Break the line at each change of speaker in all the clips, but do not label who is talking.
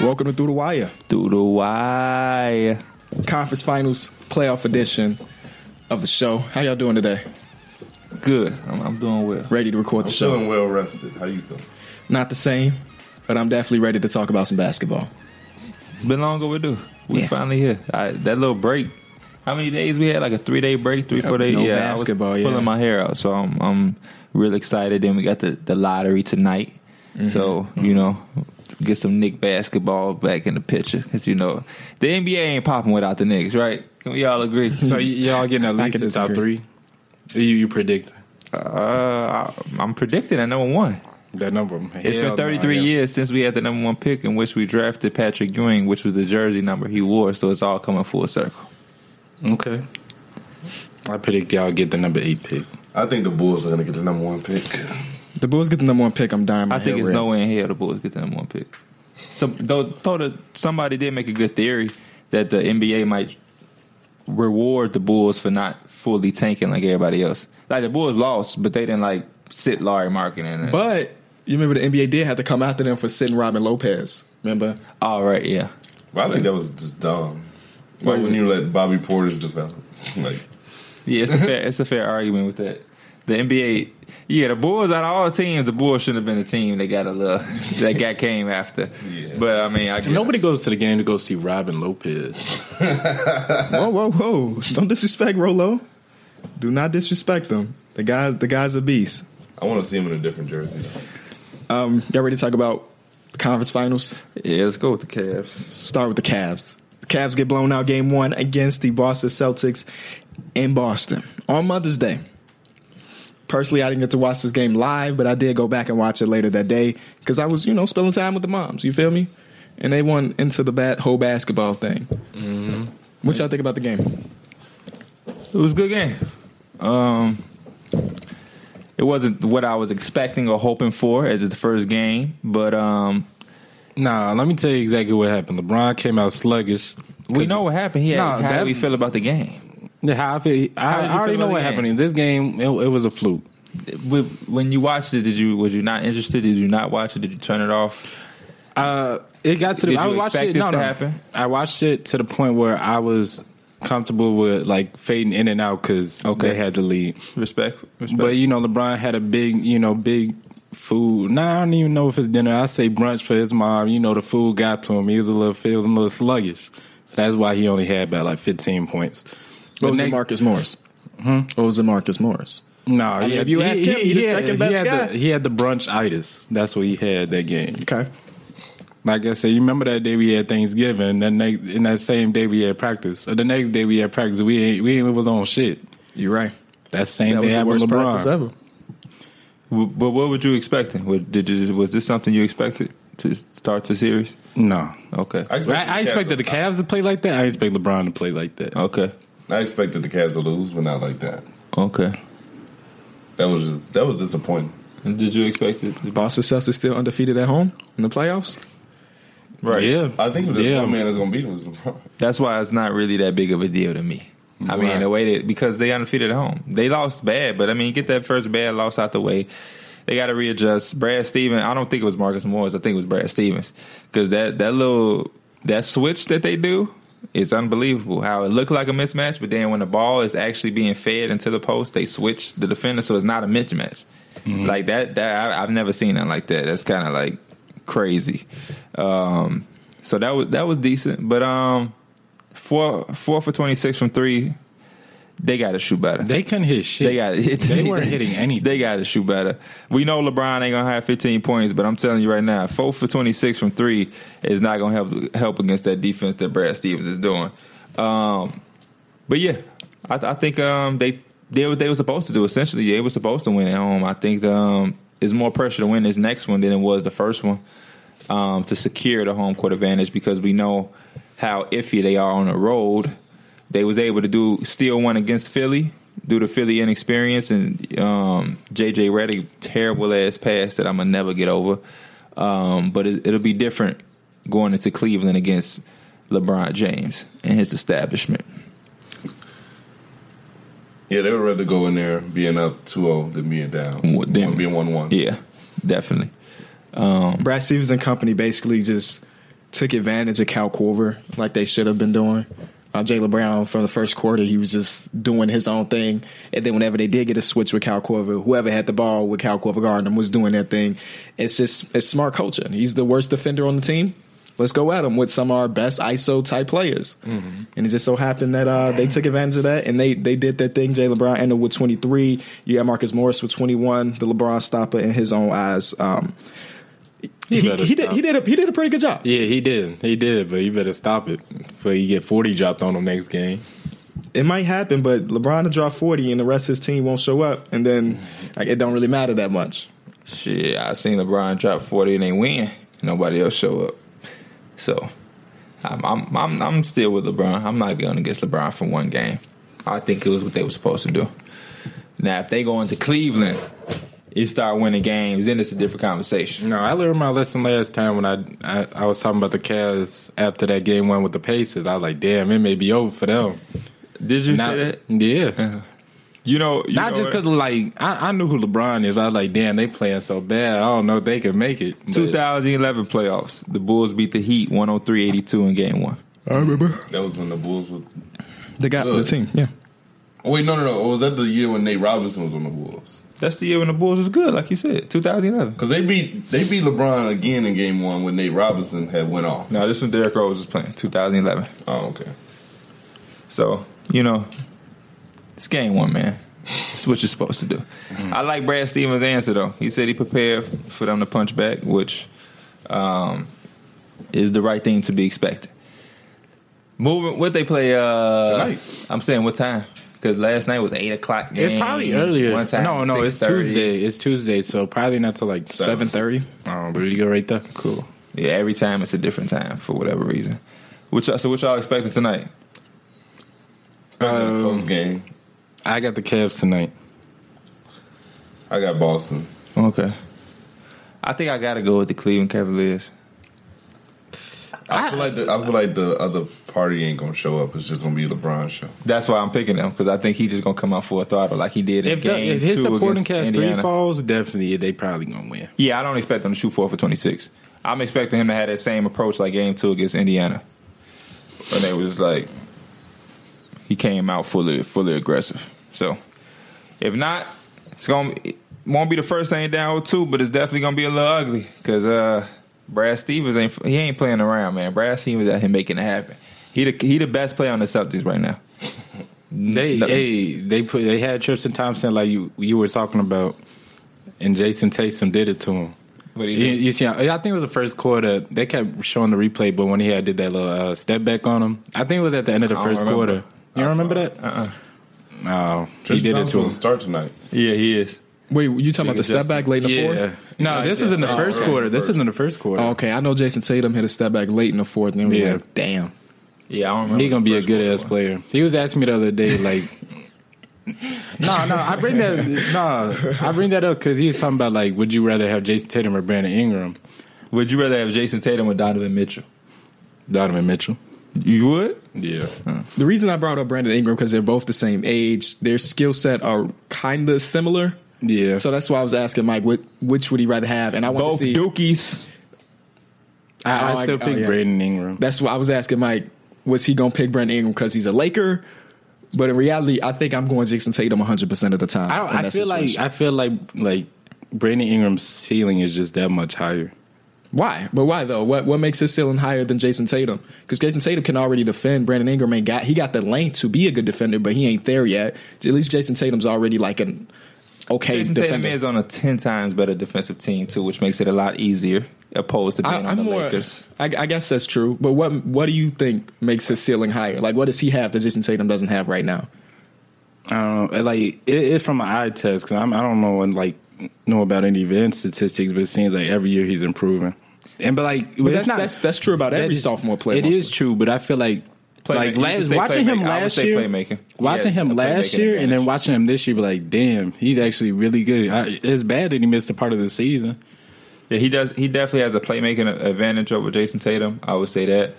Welcome to Through the Wire,
Through the wire.
Conference Finals Playoff Edition of the show. How y'all doing today?
Good. I'm, I'm doing well.
Ready to record the
I'm
show?
feeling well rested. How you feeling?
Not the same, but I'm definitely ready to talk about some basketball.
It's been long overdue. We
Yeah.
finally here. I, that little break. How many days we had? Like a three day break, three
Yeah,
four days.
Uh, no
yeah, I
basketball,
was
yeah.
pulling my hair out, so I'm I'm real excited. Then we got the, the lottery tonight,
Mm-hmm.
so you know get some Nick basketball back in the picture because you know the NBA ain't popping without the Knicks, right? Can we all agree?
So y- y'all getting at
I
least
can
the top
disagree.
three? You you predict
uh, I'm predicting at number one.
that number?
It's been 33 years since we had the number one pick in which we drafted Patrick Ewing, which was the jersey number he wore. So it's all coming full circle.
Okay. I predict y'all get the number eight pick.
I think the Bulls are gonna get the number one pick.
The Bulls get the number one pick. I'm dying. My
I think
hair
it's
red.
nowhere in hell the Bulls get the number one pick. So though, though the, somebody did make a good theory that the NBA might reward the Bulls for not fully tanking like everybody else. Like the Bulls lost, but they didn't like sit Larry Markin in it.
But you remember the NBA did have to come after them for sitting Robin Lopez. Remember?
all right, yeah.
But I think that was just dumb. Why wouldn't you let Bobby Porter's develop? Like
Yeah, it's a fair it's a fair argument with that. The NBA, yeah, the Bulls out of all teams, the Bulls shouldn't have been a team that got a little that got came after.
Yeah.
But I mean, I guess.
Nobody goes to the game to go see Robin Lopez.
whoa, whoa, whoa! Don't disrespect Rolo. Do not disrespect them. The guy, the guy's a beast.
I want to see him in a different jersey.
Um, y'all ready to talk about the conference finals?
Yeah, let's go with the Cavs.
Start with the Cavs. The Cavs get blown out game one against the Boston Celtics in Boston on Mother's Day. Personally, I didn't get to watch this game live, but I did go back and watch it later that day because I was, you know, spending time with the moms. You feel me? And they won into the bat whole basketball thing. What y'all think about Mm-hmm. the game?
It was a good game. Um, it wasn't what I was expecting or hoping for as the first game, but um,
Nah, let me tell you exactly what happened. LeBron came out sluggish.
we know what happened. Yeah,
Nah,
how
that-
did we feel about the game?
Yeah, How I, feel, I,
How did you
I already
feel
know
about
what
the
happened
game?
in this game. It, it was a fluke.
Wh- When you watched it, did you was you not interested? Did you not watch it? Did you turn it off?
Uh, it got to the.
Did
I
you
watched
expect
it.
this
no,
to
no.
happen?
I watched it to the point where I was comfortable with like fading in and out because
Okay.
they had the lead.
Respect, respect.
But you know, LeBron had a big, you know, big food. Nah, I don't even know if it's dinner. I say brunch for his mom. You know, the food got to him. He was a little, he was a little sluggish, so that's why he only had about like fifteen points.
What was it
next-
Marcus Morris? What was it Marcus Morris?
No,
mean, if you ask him, he's the second best
he had
guy.
The, he had the brunch itis. That's what he had that game.
Okay.
Like I said, you remember that day we had Thanksgiving, and that next, and that same day we had practice. Or the next day we had practice, we ain't, we ain't was on shit.
You're right.
That same
That
day
was the worst
happened with
practice
LeBron.
ever.
W- But what were you expecting? What- Did you, was this something you expected to start the series?
No,
Okay.
I
I, I expected the
Cavs.
Cavs to play like that. I expect LeBron to play like that.
Okay.
I expected the Cavs to lose, but not like that.
Okay.
That was just that was disappointing.
And did you expect it? to-
Boston Celtics still undefeated at home in the playoffs.
Right.
Yeah,
I think the
Yeah.
one man that's gonna beat him is LeBron.
That's why it's not really that big of a deal to me. I mean,
Right.
the way that because they undefeated at home, they lost bad, but I mean, get that first bad loss out the way. They got to readjust. Brad Stevens. I don't think it was Marcus Morris. I think it was Brad Stevens because that that little that switch that they do is unbelievable. How it looked like a mismatch, but then when the ball is actually being fed into the post, they switch the defender, so it's not a mismatch. Like that. That I, I've never seen it like that. That's kind of like crazy. Um, so that was that was decent, but um, four four for twenty six from three. They got to shoot better.
they couldn't hit shit.
They got hit.
They weren't hitting anything.
They got to shoot better. We know LeBron ain't gonna have 15 points, but I'm telling you right now, four for 26 from three is not gonna help help against that defense that Brad Stevens is doing. Um, but yeah, I, I think um, they did what they were supposed to do. Essentially, they were supposed to win at home. I think um, it's more pressure to win this next one than it was the first one um, to secure the home court advantage because we know how iffy they are on the road. They was able to do steal one against Philly due to Philly inexperience and um, JJ Redick terrible ass pass that I'm gonna never get over. Um, but it, it'll be different going into Cleveland against LeBron James and his establishment.
Yeah, they would rather go in there being up 2-0 than being down.
Well, damn.
One, being one one.
Yeah, definitely.
Brad Stevens and company basically just took advantage of Cal Corver like they should have been doing. Uh, Jalen Brown from the first quarter, he was just doing his own thing, and then whenever they did get a switch with Cal Corver, whoever had the ball with Cal Corver guarding him was doing that thing. It's just it's smart coaching. He's the worst defender on the team. Let's go at him with some of our best ISO type players, and it just so happened that uh, they took advantage of that and they they did that thing. Jalen Brown ended with twenty three. You got Marcus Morris with twenty one. The LeBron stopper in his own eyes. Um, he,
better
he did
stop.
he did a, he did a pretty good job.
Yeah, he did. He did, but you better stop it before you get 40 dropped on him next game.
It might happen, but LeBron will drop forty, and the rest of his team won't show up, and then like, it don't really matter that much.
Shit, I seen LeBron drop forty and they win. Nobody else show up. So I'm I'm I'm, I'm still with LeBron. I'm not going against LeBron for one game. I think it was what they were supposed to do. Now if they go into Cleveland, you start winning games, then it's a different conversation.
No, I learned my lesson last time when I, I I was talking about the Cavs after that game one with the Pacers. I was like, damn, it may be over for them.
Did you
Not-
say that?
Yeah.
You know, you
Not
know
just
what?
because, like, I, I knew who LeBron is. I was like, damn, they playing so bad. I don't know if they can make it. But
2011 playoffs. The Bulls beat the Heat 103-82 in game one.
I remember
That was when the Bulls were.
they got the
Good.
team. Yeah,
Oh, wait, no, no, no. Was that the year when Nate Robinson was on the Bulls?
That's the year when the Bulls was good, like you said, 2011.
Because they beat they beat LeBron again in Game One when Nate Robinson had went off.
No, this was Derrick Rose was playing, 2011.
Oh, okay.
So, you know, it's game one, man. It's what you're supposed to do.
Mm-hmm.
I like Brad Stevens' answer, though. He said he prepared for them to punch back, which um, is the right thing to be expected. Moving, what they play? Uh,
Tonight.
I'm saying what time? Because last night was 8 o'clock.
It's
game.
probably earlier.
One time,
no, no, it's
6:30.
Tuesday. It's Tuesday, so probably not till like
seven thirty.
Oh, there you go, right there.
Cool. Yeah, every time it's a different time for whatever reason. Which so what y'all expecting tonight?
Close game.
I got the Cavs tonight.
I got Boston.
Okay. I think I gotta go with the Cleveland Cavaliers.
I feel like the, I feel like the other party ain't gonna show up. It's just gonna be LeBron show.
That's why I'm picking them because I think he's just gonna come out full throttle like he did in
If, the,
game
if his
two
supporting
against
cast
Indiana.
three falls, definitely they probably gonna win.
Yeah, I don't expect him to shoot four for 26. I'm expecting him to have that same approach like game two against Indiana, when they was like he came out fully fully aggressive. So if not, it's gonna it won't be the first thing down two, but it's definitely gonna be a little ugly because uh, Brad Stevens ain't he ain't playing around, man. Brad Stevens out here making it happen. He the he the best player on the Celtics right now.
They
That-
hey, they put they had Tristan Thompson like you you were talking about, and Jason Tatum did it to him.
What
You,
he did.
you see, I think it was the first quarter. They kept showing the replay, but when he had did that little uh, step back on him, I think it was at the end of the
I don't
first
remember.
quarter. You don't remember that?
Uh-uh.
No, he
Tristan
did it
Thompson
to
was
him.
to start tonight.
Yeah, he is.
Wait, you talking about the step back late in the
Yeah,
fourth?
no, this was in the
Oh,
first
okay.
quarter. This
First.
is in the first quarter.
Oh, okay, I know Jason Tatum hit a step back late in the fourth, and then we
Yeah.
yeah. like, damn.
Yeah, I don't remember.
He gonna be a
the first
good
one.
ass player. He was asking me the other day, like, no, no, I bring that, no, I bring that up because he was talking about like, would you rather have Jason Tatum or Brandon Ingram,
Would you rather have Jason Tatum or Donovan Mitchell?
Donovan Mitchell?
You would.
Yeah,
The reason I brought up Brandon Ingram because they're both the same age. Their skill set are kind of similar.
yeah.
So
So
that's why I was asking Mike, what, which would he rather have? And I want
Both
to see.
Dukies.
I,
Oh,
I
I-
still
oh,
pick
yeah.
Brandon Ingram.
That's why I was asking Mike, was he gonna pick Brandon Ingram because he's a Laker? But in reality, I think I'm going Jason Tatum 100 percent of the time.
I, don't,
in
I
that
feel like
situation.
I feel like like Brandon Ingram's ceiling is just that much higher.
why? But why though? What what makes his ceiling higher than Jason Tatum? Because Jason Tatum can already defend. Brandon Ingram ain't got he got the length to be a good defender, but he ain't there yet. At least Jason Tatum's already like an okay
Jason
defender.
Tatum is on a ten times better defensive team too, which makes it a lot easier opposed to being
I,
on
I'm
the
more.
Lakers.
I, I guess that's true. But what what do you think makes his ceiling higher? Like, what does he have that Jason Tatum doesn't have right now?
I don't know, like it, it's from an eye test because I don't know and like know about any event statistics, but it seems like every year he's improving. And but like
But that's, that's that's true about every
That is-
sophomore player.
It is true, but I feel like
Playmaking. You
like
could
last,
say
watching him
playmaking. I would
last
say
year,
playmaking.
watching
Yeah,
him
a
last
playmaking
year, and then
advantage.
watching him this year, be like, damn, he's actually really good. I, it's bad that he missed a part of the season.
Yeah, he does. He definitely has a playmaking advantage over Jason Tatum. I would say that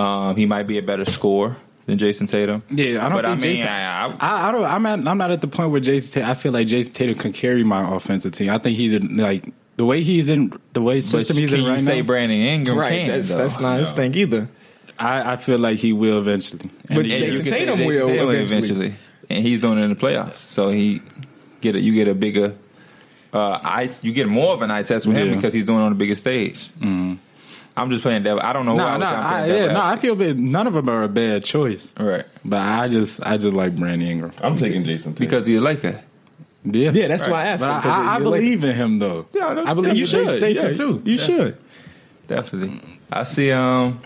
um, he might be a better scorer than Jason Tatum.
Yeah, I don't
But
think
I mean,
Jason.
I- I-
I, I don't. I'm at, I'm not at the point where Jason. Tatum, I feel like Jason Tatum can carry my offensive team. I think he's a, like The way he's in, the way system
but
he's
can
in
you
right
say
now,
Brandon Ingram
Right.
can?
that's
though?
that's not his
No.
thing either.
I, I feel like he will eventually.
But
And
And
Jason
you can say
Tatum will eventually.
and he's doing it in the playoffs. So he get a, you get a bigger uh, eye, you get more of an eye test with him
Yeah.
because he's doing it on the biggest stage. I'm just playing devil. I don't know. why I
no, no,
was- I'm
I,
playing
yeah,
devil
no. I
advocate.
feel bad. None of them are a bad choice,
right
but I just, I just like Brandon Ingram.
I'm taking Jason Tatum.
because he's a Laker.
Yeah,
Yeah, that's why I asked.
But I,
him, 'cause
I, I
you're like-
believe in him though.
Yeah, no,
I believe
you
in Jason
should.
Tatum,
yeah,
too.
You should.
Definitely. I see. Um,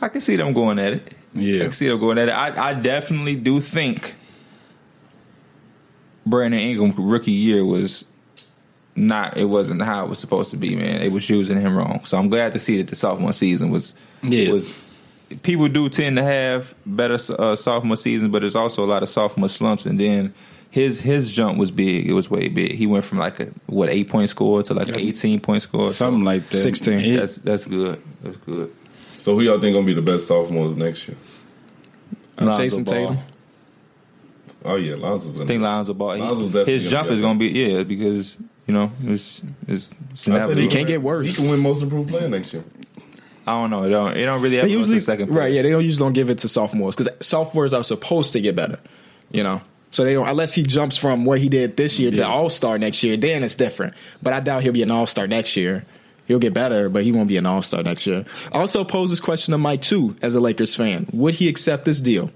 I can see them going at it. I
Yeah.
can see them going at it. I, I definitely do think Brandon Ingram rookie year was not. It wasn't how it was supposed to be. Man, it was using him wrong. So I'm glad to see that the sophomore season was.
Yeah.
Was people do tend to have better uh, sophomore season, but there's also a lot of sophomore slumps. And then his his jump was big. It was way big. He went from like a what eight point score to like an eighteen point score. So-
Something like that.
16.
Yeah.
that's that's good. That's good.
so who y'all think gonna be the best sophomores next year?
Lonzo
Jason
Ball.
Tatum.
Oh yeah, Lonzo's
I
gonna.
think Lonzo Ball. he-
Lonzo's definitely
his
gonna
jump
be
is
up
going to be yeah because you know it's it's, it's
I think
inevitable.
He can't get worse.
He can win most improved player next year.
I don't know. It don't it don't really
They
happen
usually
usually second pick.
right. Yeah, they don't usually don't give it to sophomores because sophomores are supposed to get better. You know, so they don't unless he jumps from what he did this year to
Yeah.
all star next year. Then it's different. But I doubt he'll be an all star next year. He'll get better, but he won't be an all star next year. I also pose this question to Mike too, as a Lakers fan: Would he accept this deal?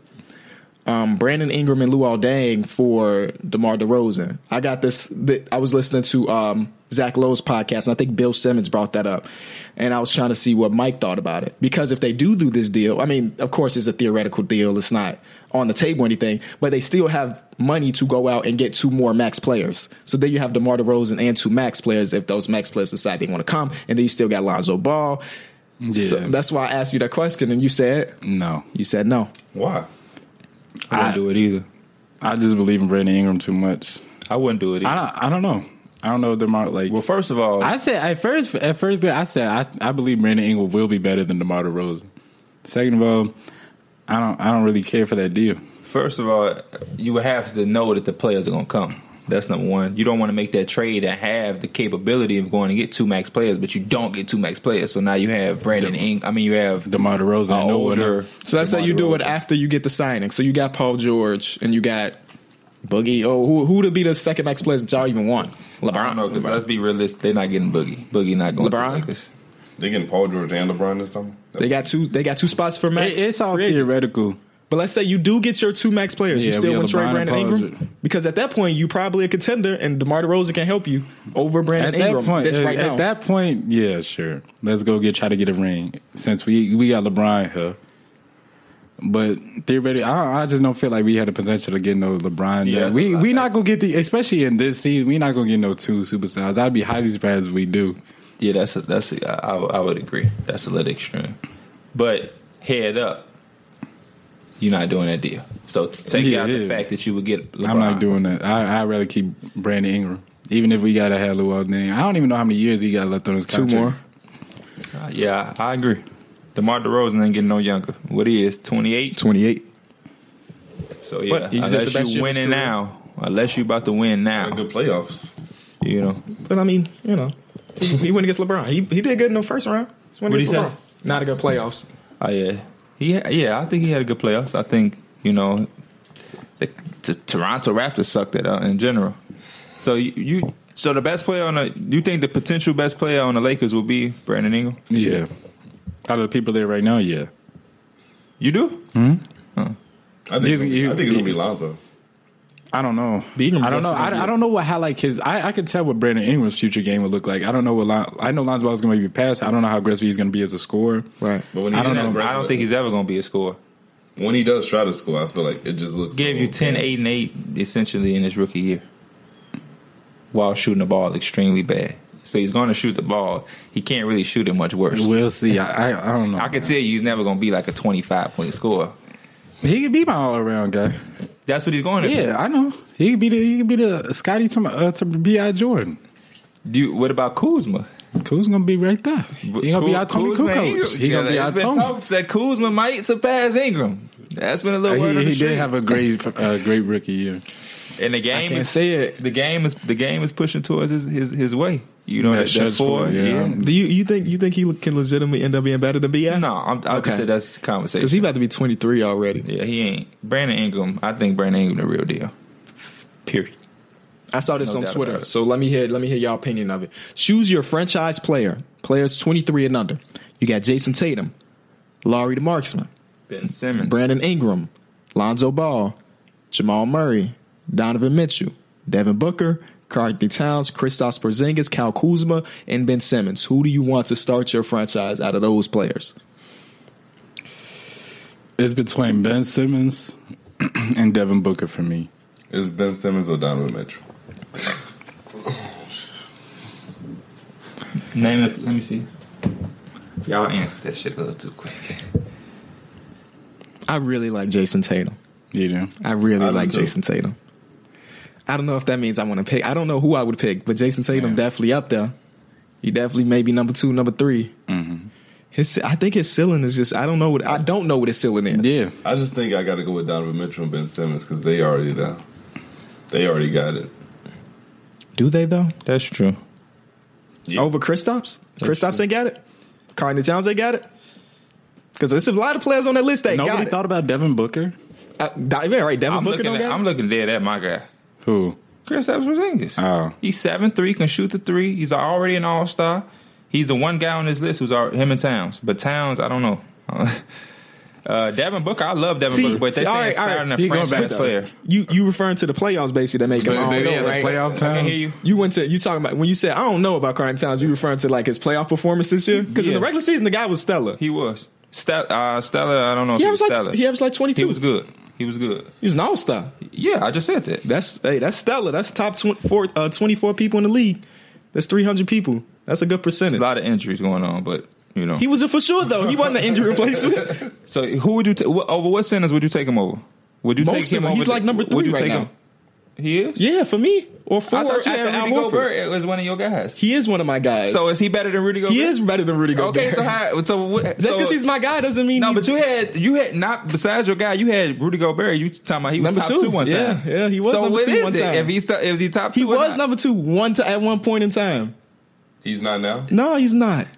um, Brandon Ingram and Luol Deng for DeMar DeRozan. I got this. th- I was listening to um, Zach Lowe's podcast, and I think Bill Simmons brought that up. And I was trying to see what Mike thought about it because if they do do this deal, I mean, of course, it's a theoretical deal. It's not on the table or anything, but they still have money to go out and get two more max players. So then you have DeMar DeRozan and two max players if those max players decide they want to come, and then you still got Lonzo Ball. So
Yeah.
that's why I asked you that question, and you said
No,
you said no.
Why?
I wouldn't
I-
do it either.
I just believe in Brandon Ingram too much.
I wouldn't do it.
I
Either.
don't. I don't know. I don't know if Demar like.
Well, first of all,
I said at first. At first, I said I, I believe Brandon Ingram will be better than Demar Derozan. Second of all, I don't. I don't really care for that deal.
first of all, you have to know that the players are going to come. That's number one. You don't want to make that trade and have the capability of going to get two max players, but you don't get two max players. So now you have Brandon Ing. I mean, you have
Demar Derozan,
an
no one
older.
So that's how you do it after you get the signing. So you got Paul George and you got Boogie. Oh, who who to be the second max players that y'all even want?
I don't know.
LeBron.
Cause let's be realistic. They're not getting Boogie. Boogie not going
LeBron?
to the Lakers.
They getting Paul George and LeBron this summer.
They got two. They got two spots for max.
It- it's all
free agents.
theoretical.
But let's say you do get your two max players. you
Yeah,
still
we
want
have
Trey
LeBron and
Brandon
Paul George.
Ingram because at that point you probably a contender, and Demar Derozan can help you over Brandon
At that
Ingram.
point,
that's
at,
right
at
now.
that point, yeah, sure. Let's go get try to get a ring since we we got LeBron here. But theoretically, I, I just don't feel like we had the potential to get no LeBron.
Yeah,
yet.
that's
we
a lot.
we not gonna get the especially in this season. We not gonna get no two superstars. I'd be highly surprised if we do.
Yeah, that's a, that's a, I, I would- I would agree. That's a little extreme, but head up, you're not doing that deal. So t- take
Yeah,
out the
yeah.
fact that you would get. LeBron.
I'm not doing that. I I'd rather keep Brandon Ingram, even if we gotta have Luol Deng. I don't even know how many years he got left on his
two
contract.
more.
Uh, yeah, I I agree. DeMar DeRozan ain't getting no younger. What he is, 28.
Twenty eight.
So yeah,
But he's at the
unless
best
you
year of his
winning
career.
now, unless you about to win
Had
now,
good playoffs.
you know.
But I mean, you know, he, he went against LeBron. He he did good in the first round. He's winning
What'd
against
he
LeBron.
say?
Not a good playoffs.
Oh yeah, he yeah. I think he had a good playoffs. I think you know, the, the Toronto Raptors sucked it out in general. So you, you so the best player on the you think the potential best player on the Lakers will be Brandon Ingram?
Yeah. Out of the people there right now, yeah.
You do?
I think,
You-
it's gonna be-
you-
I think it's gonna be Lonzo.
I don't know.
Beat him
I don't know.
just
I,
to do
I
it.
don't know what how like his. I, I could tell what Brandon Ingram's future game would look like. I don't know what. Lon, I know Lonzo Ball's going to be passed. I don't know how aggressive he's going to be as a scorer.
Right.
But when
I don't
is
know.
I
aggressive-
don't think he's ever going to be a scorer.
when he does try to score, I feel like it just looks.
Gave you 10, 8, and 8 essentially in his rookie year while shooting the ball extremely bad. So he's going to shoot the ball. He can't really shoot it much worse.
We'll see. I I, I don't know.
I can tell you he's never going to be like a 25 point scorer.
he could be my all around guy.
That's what he's going to
Yeah, I know. He could be the. He could be the Scotty to my- uh, to Bi Jordan.
be. Do you, what about Kuzma?
Kuzma's going to be right there. He going to be
Ku-
our Tony Kukoc.
Ingram.
He going to be
Yeah,
our
it's been
Tony.
talks that Kuzma might surpass Ingram. That's been a little word on
Uh, He,
the
he
street.
did have a great, uh, great rookie year.
And the
I
game
can't
is
say it.
the game is the game is pushing towards his his, his way. You know
That
that, that
stretch
four.
four, yeah.
Yeah.
Do you you think you think he can legitimately end up being better than B.I.?
No, I'm, I
Okay.
just said that's conversation.
because he about to be twenty three already.
yeah, he ain't Brandon Ingram. I think Brandon Ingram the real deal. Period.
I saw this
No
on
doubt
Twitter,
about it.
so let me hear let me hear y'all opinion of it. Choose your franchise player, players twenty three and under. You got Jason Tatum, Laurie the Marksman,
Ben Simmons.
Brandon Ingram, Lonzo Ball, Jamal Murray, Donovan Mitchell, Devin Booker, Carthy Towns, Kristaps Porzingis, Cal Kuzma, and Ben Simmons. Who do you want to start your franchise out of those players?
It's between Ben Simmons and Devin Booker for me.
It's Ben Simmons or Donovan Mitchell.
Name it. Let me see. Y'all answered that shit a little too quick.
I really like Jason Tatum.
You know,
I really
I do
like
too.
Jason Tatum. I don't know if that means I want to pick. I don't know who I would pick, but Jason Tatum definitely up there. He definitely may be number two, number 3
Mm-hmm.
His, I think his ceiling is just. I don't know what. I don't know what his ceiling is.
yeah,
I just think I got to go with Donovan Mitchell and Ben Simmons because they already there. They already got it.
Do they though?
That's true.
Yeah.
Over Kristaps? Kristaps ain't got it. Carney Towns ain't got it. Because there's a lot of players on that list that
nobody
got
thought about Devin Booker.
it. Uh, Di- yeah, right, Devin
I'm
Booker
looking,
don't
at,
got
I'm
it.
looking dead at my guy.
Who?
Chris Porzingis.
Oh.
He's seven three, can shoot the three. He's already an all star. He's the one guy on this list who's al- him and Towns. But Towns, I don't know. uh, Devin Booker, I love Devin
See,
Booker, but they
see,
saying
all right, all right.
starting
You
a
going
franchise
back
player.
You you referring to the playoffs basically that make him.
But
I
they
don't
got
know,
it.
right?
Playoff
I
time.
hear you.
You went to you talking about when you said I don't know about Carney Towns. You referring to like his playoff performance this year? Because in
Yeah.
the regular season, the guy was stellar. He,
He was Stella. Uh, Stella, I don't know. If he was
averaged like
Stella.
he averaged like twenty
He
two.
was good. He was good.
He was an all star.
Yeah, I just said that.
That's hey, that's stellar. That's top 24, uh, 24 people in the league. That's three hundred people. That's a good percentage.
There's a lot of injuries going on, but you know.
He was a for sure though. He wasn't an injury replacement.
so who would you ta- what, over what centers would you take him over? Would you
Most
take him?
of them.
over
He's like number
would
three
you
right
take
now.
Him? He is.
Yeah, for me or four.
I thought
after
you had
Al
Rudy
Horford.
Gobert as one of your guys.
He is one of my guys.
So is he better than Rudy Gobert?
he is better than Rudy Gobert.
Okay, so how? So what,
Just
so-
because he's my guy doesn't mean
no,
he's
but you had you had not besides your guy, you had Rudy Gobert. You talking about he was
Number
top
two.
one
Yeah,
time?
yeah, he was
So
number
what
two
is
one
it?
time.
If he's st- if he top two,
he
or
was
not?
number two one to, at one point in time.
He's not now.
No, he's not.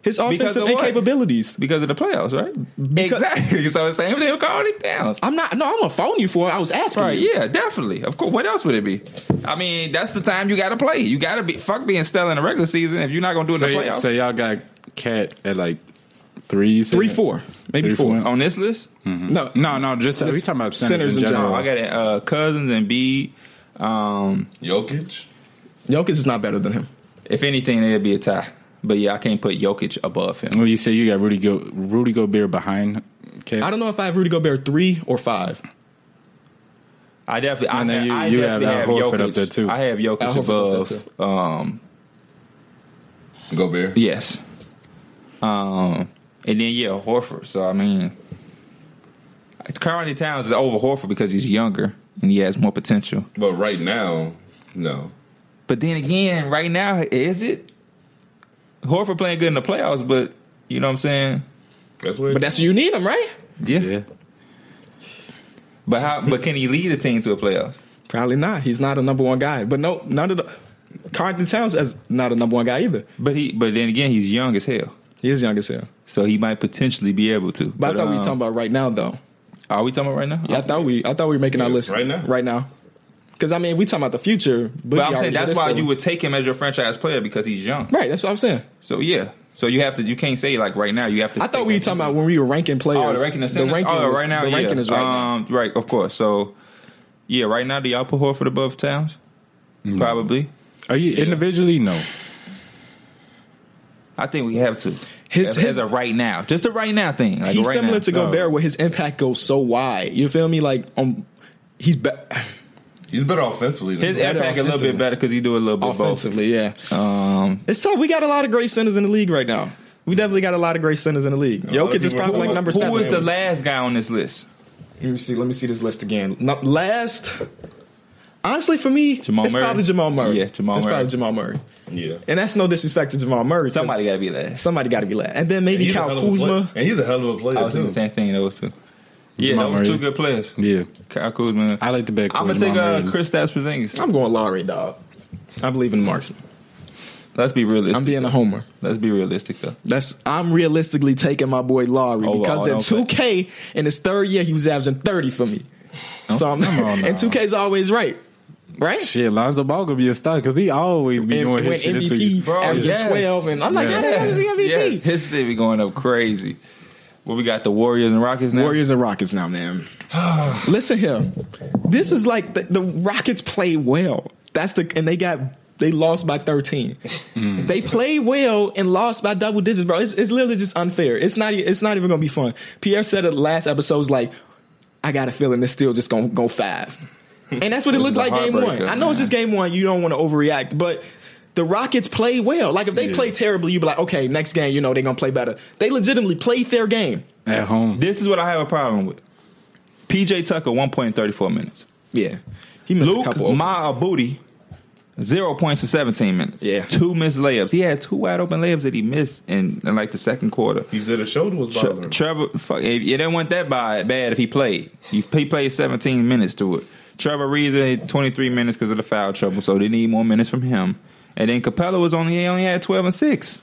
His offensive
of what?
incapabilities.
because of the playoffs, right? exactly. So it's same thing with Carly Towns.
I'm not. No, I'm gonna phone you for. it. I was asking.
Right,
you.
yeah, definitely. Of course. What else would it be? I mean, that's the time you got to play. You got to be fuck being stellar in the regular season if you're not gonna do it
So,
in the
y-
playoffs.
so y'all got Cat at like three, you said?
Three, four, maybe
Three,
four.
four. Oh,
on this list,
No,
No, no, just we talking about centers,
centers
in
in
general.
oh, I got uh, Cousins and B. Um,
Jokic.
Jokic is not better than him.
if anything, it'd be a tie. But yeah, I can't put Jokic above him.
Well, you say you got Rudy Go Rudy Gobert behind Cat.
I don't know if I have Rudy Gobert three or five.
I definitely, I,
And then
you,
you-
I
you
definitely have,
have Al Horford
Jokic
up there, too.
I have Jokic
Al Horford's up
above. Um,
Gobert.
yes. Um, and then yeah, Horford. So I mean, Carly Towns is over Horford because he's younger and he has more potential.
But right now, no.
But then again, right now, is it Horford playing good in the playoffs? But you know what I'm saying?
That's where.
But that's you need him, right?
yeah.
But how? But can he lead a team to a playoffs?
Probably not. He's not a number one guy. But no, none of the. Carlton Towns is not a number one guy either.
But he. But then again, he's young as hell.
He is young as hell.
So he might potentially be able to.
But, I thought we were
um,
talking about right now, though.
Are we talking about right now?
Yeah, I thought we. I thought we were making our
Yeah,
list
right now.
Right now. Because I mean, if we talking about the future,
But I'm saying that's why you would take him as your franchise player because he's young.
Right. That's what I'm saying.
So yeah. So you have to. You can't say like right now. You have to.
I thought
take
we were
him
talking
as-
about when we were ranking players.
Oh, the ranking. Is
the ranking
Oh,
was-
right now.
The
yeah.
ranking is right now.
um, Right. Of course. So yeah. Right now, do y'all put Horford above Towns? Probably.
Are you individually? No.
I think we have to.
His-
as,
his-
as a right now, just a right now thing. Like
he's
right
similar
now.
to Gobert, where his impact goes so wide. You feel me? Like um, he's be-
He's better offensively. Than
His
him.
better
impact a little
offensively.
bit better because he do a little bit
offensively. Yeah,
both. Um,
it's tough. We got a lot of great centers in the league right now. We definitely got a lot of great centers in the league.
lot of
Jokic is
people-
probably like
who-
number
who
seven.
was the last guy on this list?
let me see. Let me see this list again. No, last, honestly, for me,
Jamal
it's
Murray.
probably Jamal Murray.
Yeah, Jamal
It's
Murray.
probably Jamal Murray.
yeah.
And that's no disrespect to Jamal Murray. 'cause
Somebody got to be last.
somebody got to be last, and then maybe
He's a
Cal
hell of a player.
Kuzma.
And he's a hell of a player
I was thinking the
too.
same thing those two. Yeah,
Jamal
that was two
Murray.
good players.
Yeah,
Kyle Kuzma.
I like the back.
I'm gonna take uh, Chris Stapps Porzingis.
I'm going Laurie, dog. I believe in marksman.
Let's be realistic.
I'm being a homer.
Let's be realistic though.
That's I'm realistically taking my boy Laurie
Oh,
Overall,
because in
okay.
2K in his third year he was averaging 30 for me. So I'm,
Oh, come on now.
and 2K's always right, right?
Shit, Lonzo Ball gonna be a star because he always be
And
doing
when
his shit into you.
MVP averaging 12, and I'm like, yeah, how the hell is he MVP?
Yes. His city going up crazy. Well, we got the Warriors and Rockets now.
Warriors and Rockets now, man. Listen here, this is like the, the Rockets play well. That's the and they got they lost by thirteen.
Mm.
They played well and lost by double digits, bro. It's, it's literally just unfair. It's not e- it's not even gonna be fun. Pierre said it last episode was like, I got a feeling it's still just gonna go five, and that's what it
Which
looked
is a
like game one.
heartbreaker,
I know it's
man.
just game one. You don't want to overreact, but. The Rockets play well. Like if they play terribly, you'd be like, okay, next game, you know they're gonna play better. They legitimately played their game.
at home.
This is what I have a problem with. PJ Tucker, one point thirty four minutes.
Yeah, he missed a
Luke
couple. Of
Ma Booty, zero points in seventeen minutes.
Yeah.
two missed layups. He had two wide open layups that he missed in, in like the second quarter.
He said his shoulder was bothering
Tre-
him.
Trevor, fuck, it, it didn't want that bad, bad if he played. He, he played 17 minutes to it. Trevor Reeves had 23 minutes because of the foul trouble, so they need more minutes from him. And then Capella was only he only had 12 and six.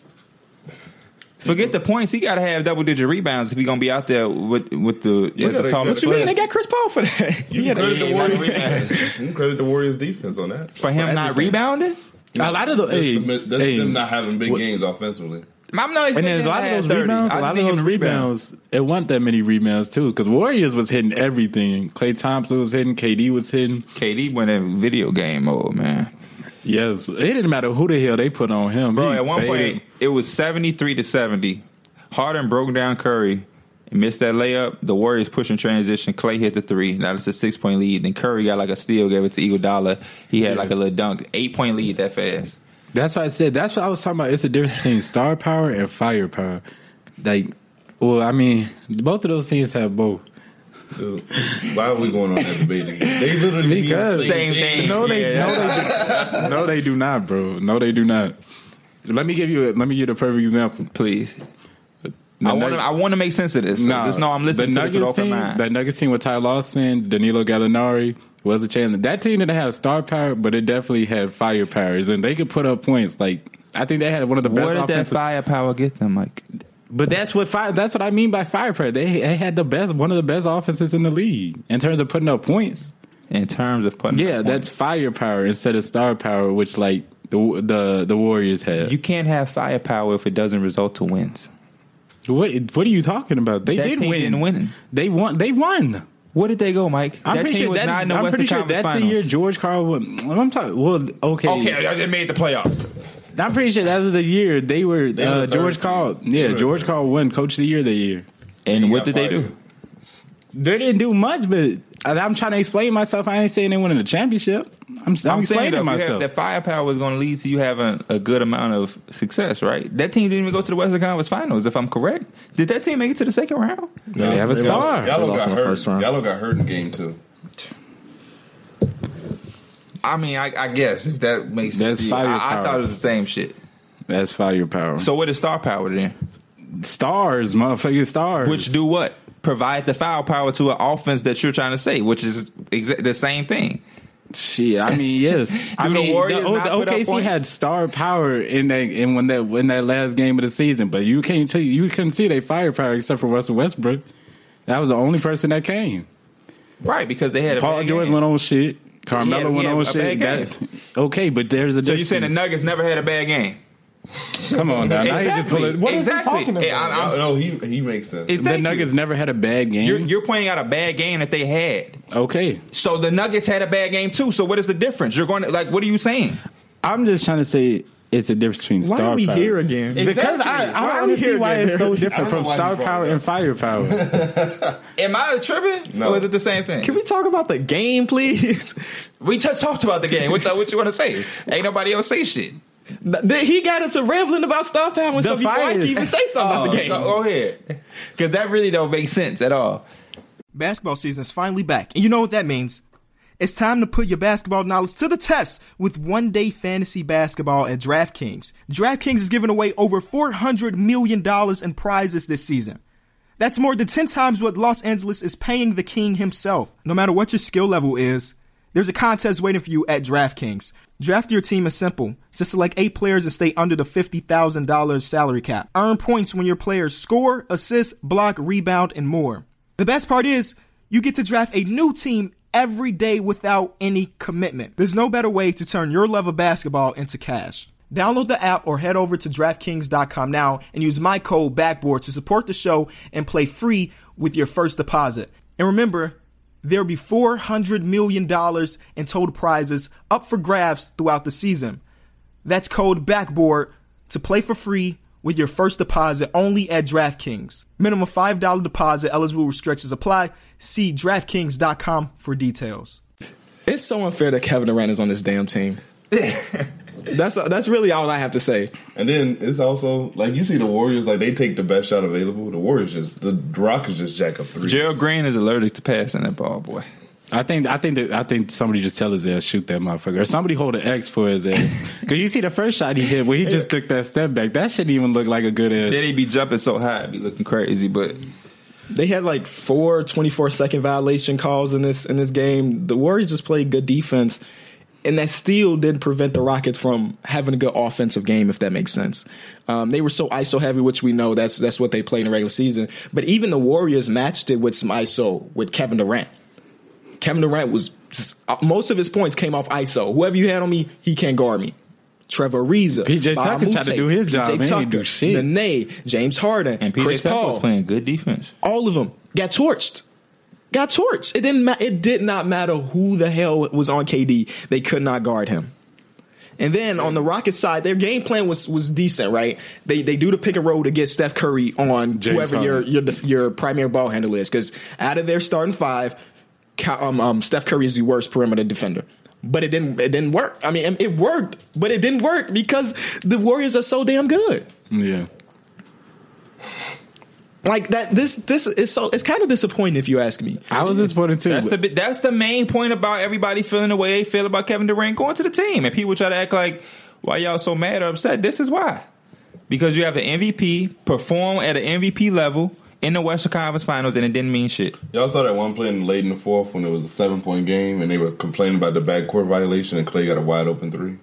Forget the points. He got to have double digit rebounds if he's gonna be out there with with the,
You
with the
gotta-
tall-
you
what you mean? They got Chris Paul for that.
You
Yeah,
can
they-
credit the
Yeah,
Warriors.
rebounds.
You can credit the Warriors defense on that.
for him not rebounding.
A lot of the
That's,
hey,
submit- that's
hey,
them not having big
what-
games offensively.
I'm not
and
expecting
then a
him
lot
to
of
have
those
30.
rebounds,
I
a
just
lot
need
of
him
those
to rebound.
rebounds. It wasn't that many rebounds too because Warriors was hitting everything. Clay Thompson was hitting, KD was hitting.
KD went in video game mode, man.
Yes, it didn't matter who the hell they put on him.
Bro,
He
at one
faded.
point it was seventy three to seventy. Harden broke down Curry and missed that layup. The Warriors pushing transition. Clay hit the three. Now it's a six point lead. Then Curry got like a steal, gave it to Iguodala. He had like a little dunk. Eight point lead that fast.
That's what I said. That's what I was talking about. It's a difference between star power and firepower. Like, well, I mean, both of those teams have both.
Dude, why are we going on that debate again? They literally mean the
Because-
Mm-hmm. Same thing.
No, they,
Yeah.
no, they, no, they do not, bro. No, they do not. Let me give you. A, let me give you a perfect example.
Please.
The
I want to.
Nuggets-
I want to make sense of this. So
Nah,
just know I'm listening
the
to this with
Nuggets
open
team,
mind.
That Nuggets team with Ty Lawson, Danilo Gallinari was a challenge. That team didn't have star power, but it definitely had firepowers, and they could put up points. Like I think they had one of the best.
Where did that
offensive-
firepower get them? Like
But that's what fire, that's what I mean by firepower. They, they had the best, one of the best offenses in the league in terms of putting up points.
in terms of putting.
Yeah,
up
that's
points.
firepower instead of star power, which like the the the Warriors had.
you can't have firepower if it doesn't result to wins.
what what are you talking about? They
That
did
team
win.
didn't win.
They won. They won.
Where did they go, Mike?
I'm
That
pretty
team
sure
was
that's.
not in the
I'm
Western
pretty sure
Conference
that's the
Finals.
year George Carl won. I'm talking. Well, okay.
they made the playoffs.
I'm pretty sure that was the year they were.
were
uh,
the
George
third
Carl.
seed. They
Yeah,
were the
George
third
Carl won Coach of the Year that year.
And
He
what
got
did they
fired.
do?
They didn't do much, but I- I'm trying to explain myself. I ain't saying they won the championship. I'm, I'm, explaining
though, if you have-
myself.
That firepower is going to lead to you having a good amount of success, right? That team didn't even go to the Western Conference Finals, if I'm correct. Did that team make it to the second round?
They have a star.
Lost, Gallo
They lost
got
in the
hurt.
first round.
Gallo got hurt in game two.
I mean, I, I guess if that makes
That's
to you. I- I,
firepower.
thought it was the same shit.
That's firepower. So
So what is star power then?
stars, motherfucking stars.
Which do what? Provide the firepower to an offense that you're trying to say, which is exa- the same thing.
shit? I mean, yes. I
Do the
mean,
Warriors
O-
not put up
OKC
points?
had star power in that in when that in that last game of the season, but you can't tell you couldn't see their firepower except for Russell Westbrook. That was the only person that came.
Right, because they had a
Paul
bad
George
game.
went on shit. Carmelo
He had- he
went
had
on
a
shit.
bad
That, okay, but there's a
So
difference.
you saying the Nuggets never had a bad game?
Come on, now. now you just
Exactly.
pull it. What is he
Exactly.
talking about?
Yeah, I- I'm-
I, no, he he makes sense.
It's-
the
Thank you.
Nuggets never had a bad game.
You're, you're playing out a bad game that they had.
okay,
So the Nuggets had a bad game too. So what is the difference? You're going to like what are you saying?
I'm just trying to say it's a difference between
Why
star
are we
power.
here again?
Exactly.
Because I,
Why
I
are
don't
we
understand
here
why
again?
it's so
I
different
don't know
from
why you
star
brought
power
it up.
and firepower.
Am I tripping?
No.
Or is it the same thing?
Can we talk about the game, please?
we just talked about the game. What, y'all- what you want to say? Ain't nobody else say shit.
Th- he got into rambling about star power and stuff before I
Defiant.
could even say something about the game.
So Oh, go ahead, because that really don't make sense at all.
Basketball season is finally back, and you know what that means. It's time to put your basketball knowledge to the test with one day fantasy basketball at DraftKings. DraftKings is giving away over $400 million in prizes this season. That's more than 10 times what Los Angeles is paying the king himself. No matter what your skill level is, there's a contest waiting for you at DraftKings. Draft your team is simple. Just select eight players and stay under the $50,000 salary cap. Earn points when your players score, assist, block, rebound, and more. The best part is, you get to draft a new team every day without any commitment. There's no better way to turn your love of basketball into cash. Download the app or head over to DraftKings.com now and use my code BACKBOARD to support the show and play free with your first deposit. And remember, there'll be $400 million in total prizes up for grabs throughout the season. That's code BACKBOARD to play for free with your first deposit only at DraftKings. Minimum $5 deposit, eligible restrictions apply. See DraftKings.com for details.
It's so unfair that Kevin Durant is on this damn team. that's that's really all I have to say.
And then it's also like you see the Warriors, like they take the best shot available. The Warriors just the Rockets just jack up three.
Gerald Green is allergic to passing that ball, boy.
I think I think that I think somebody just tell his ass shoot that motherfucker. Or somebody hold an X for his ass. Cause you see the first shot he hit where he just took that step back. That shouldn't even look like a good ass.
Then he be jumping so high, it be looking crazy. But
They had like four 24 second violation calls in this in this game. The Warriors just played good defense, and that still didn't prevent the Rockets from having a good offensive game, if that makes sense. Um, they were so ISO heavy, which we know that's that's what they play in the regular season. But even the Warriors matched it with some ISO with Kevin Durant. Kevin Durant was just, uh, most of his points came off ISO. Whoever you had on me, he can't guard me. Trevor Reza,
PJ Tucker tried to
Bamute,
do his job, man. He
Tucker,
didn't do shit.
Nene, James Harden,
and
and
PJ
Chris
Tucker
Paul
was playing good defense.
all of them got torched. Got torched. It didn't. Ma- it did not matter who the hell was on KD. They could not guard him. And then on the Rockets side, their game plan was was decent, right? They they do the pick and roll to get Steph Curry on
James
whoever your
Harden.
your def- your primary ball handler is, because out of their starting five, Ka- um, um, Steph Curry is the worst perimeter defender. But it didn't it didn't work. I mean, it worked, but it didn't work because the Warriors are so damn good
yeah.
like that this this is so it's kind of disappointing if you ask me
I was disappointed too.
That's the bi- that's the main point about everybody feeling the way they feel about Kevin Durant going to the team, and people try to act like why y'all so mad or upset. This is why because you have the MVP perform at an MVP level in the Western Conference Finals, and it didn't mean shit.
Y'all saw that one play in late in the fourth when it was a seven point game and they were complaining about the backcourt violation and Clay got a wide open 3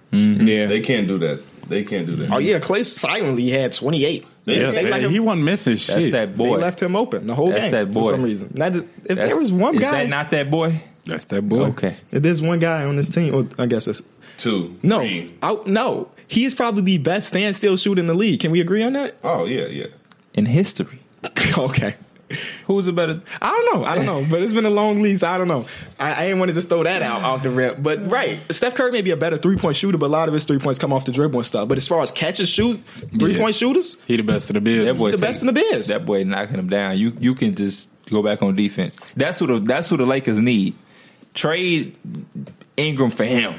yeah
They can't do that. They can't do that.
oh yeah clay silently had 28
They,
yeah,
they
man,
like
he wasn't missing
That's
shit.
that
they
boy.
left him open the whole
That's
game
that boy.
for some reason Not that- if
That's-
there was one
is
guy
that not that boy.
That's that boy.
Okay,
if there's one guy on this team well, i guess it's
two.
no
three.
I, no he is probably the best standstill shooter in the league can we agree on that
Oh yeah, yeah.
in history,
okay
who's a better?
I don't know. I don't know. But it's been a long lease. I don't know. I, I didn't want to just throw that out off the rip. But right, Steph Curry may be a better three point shooter, but a lot of his three points come off the dribble and stuff. But as far as catch and shoot, three point shooters,
He the best of the build.
That boy
the best in the biz.
That boy knocking him down. You you can just go back on defense. That's what the, that's what the Lakers need. Trade Ingram for him.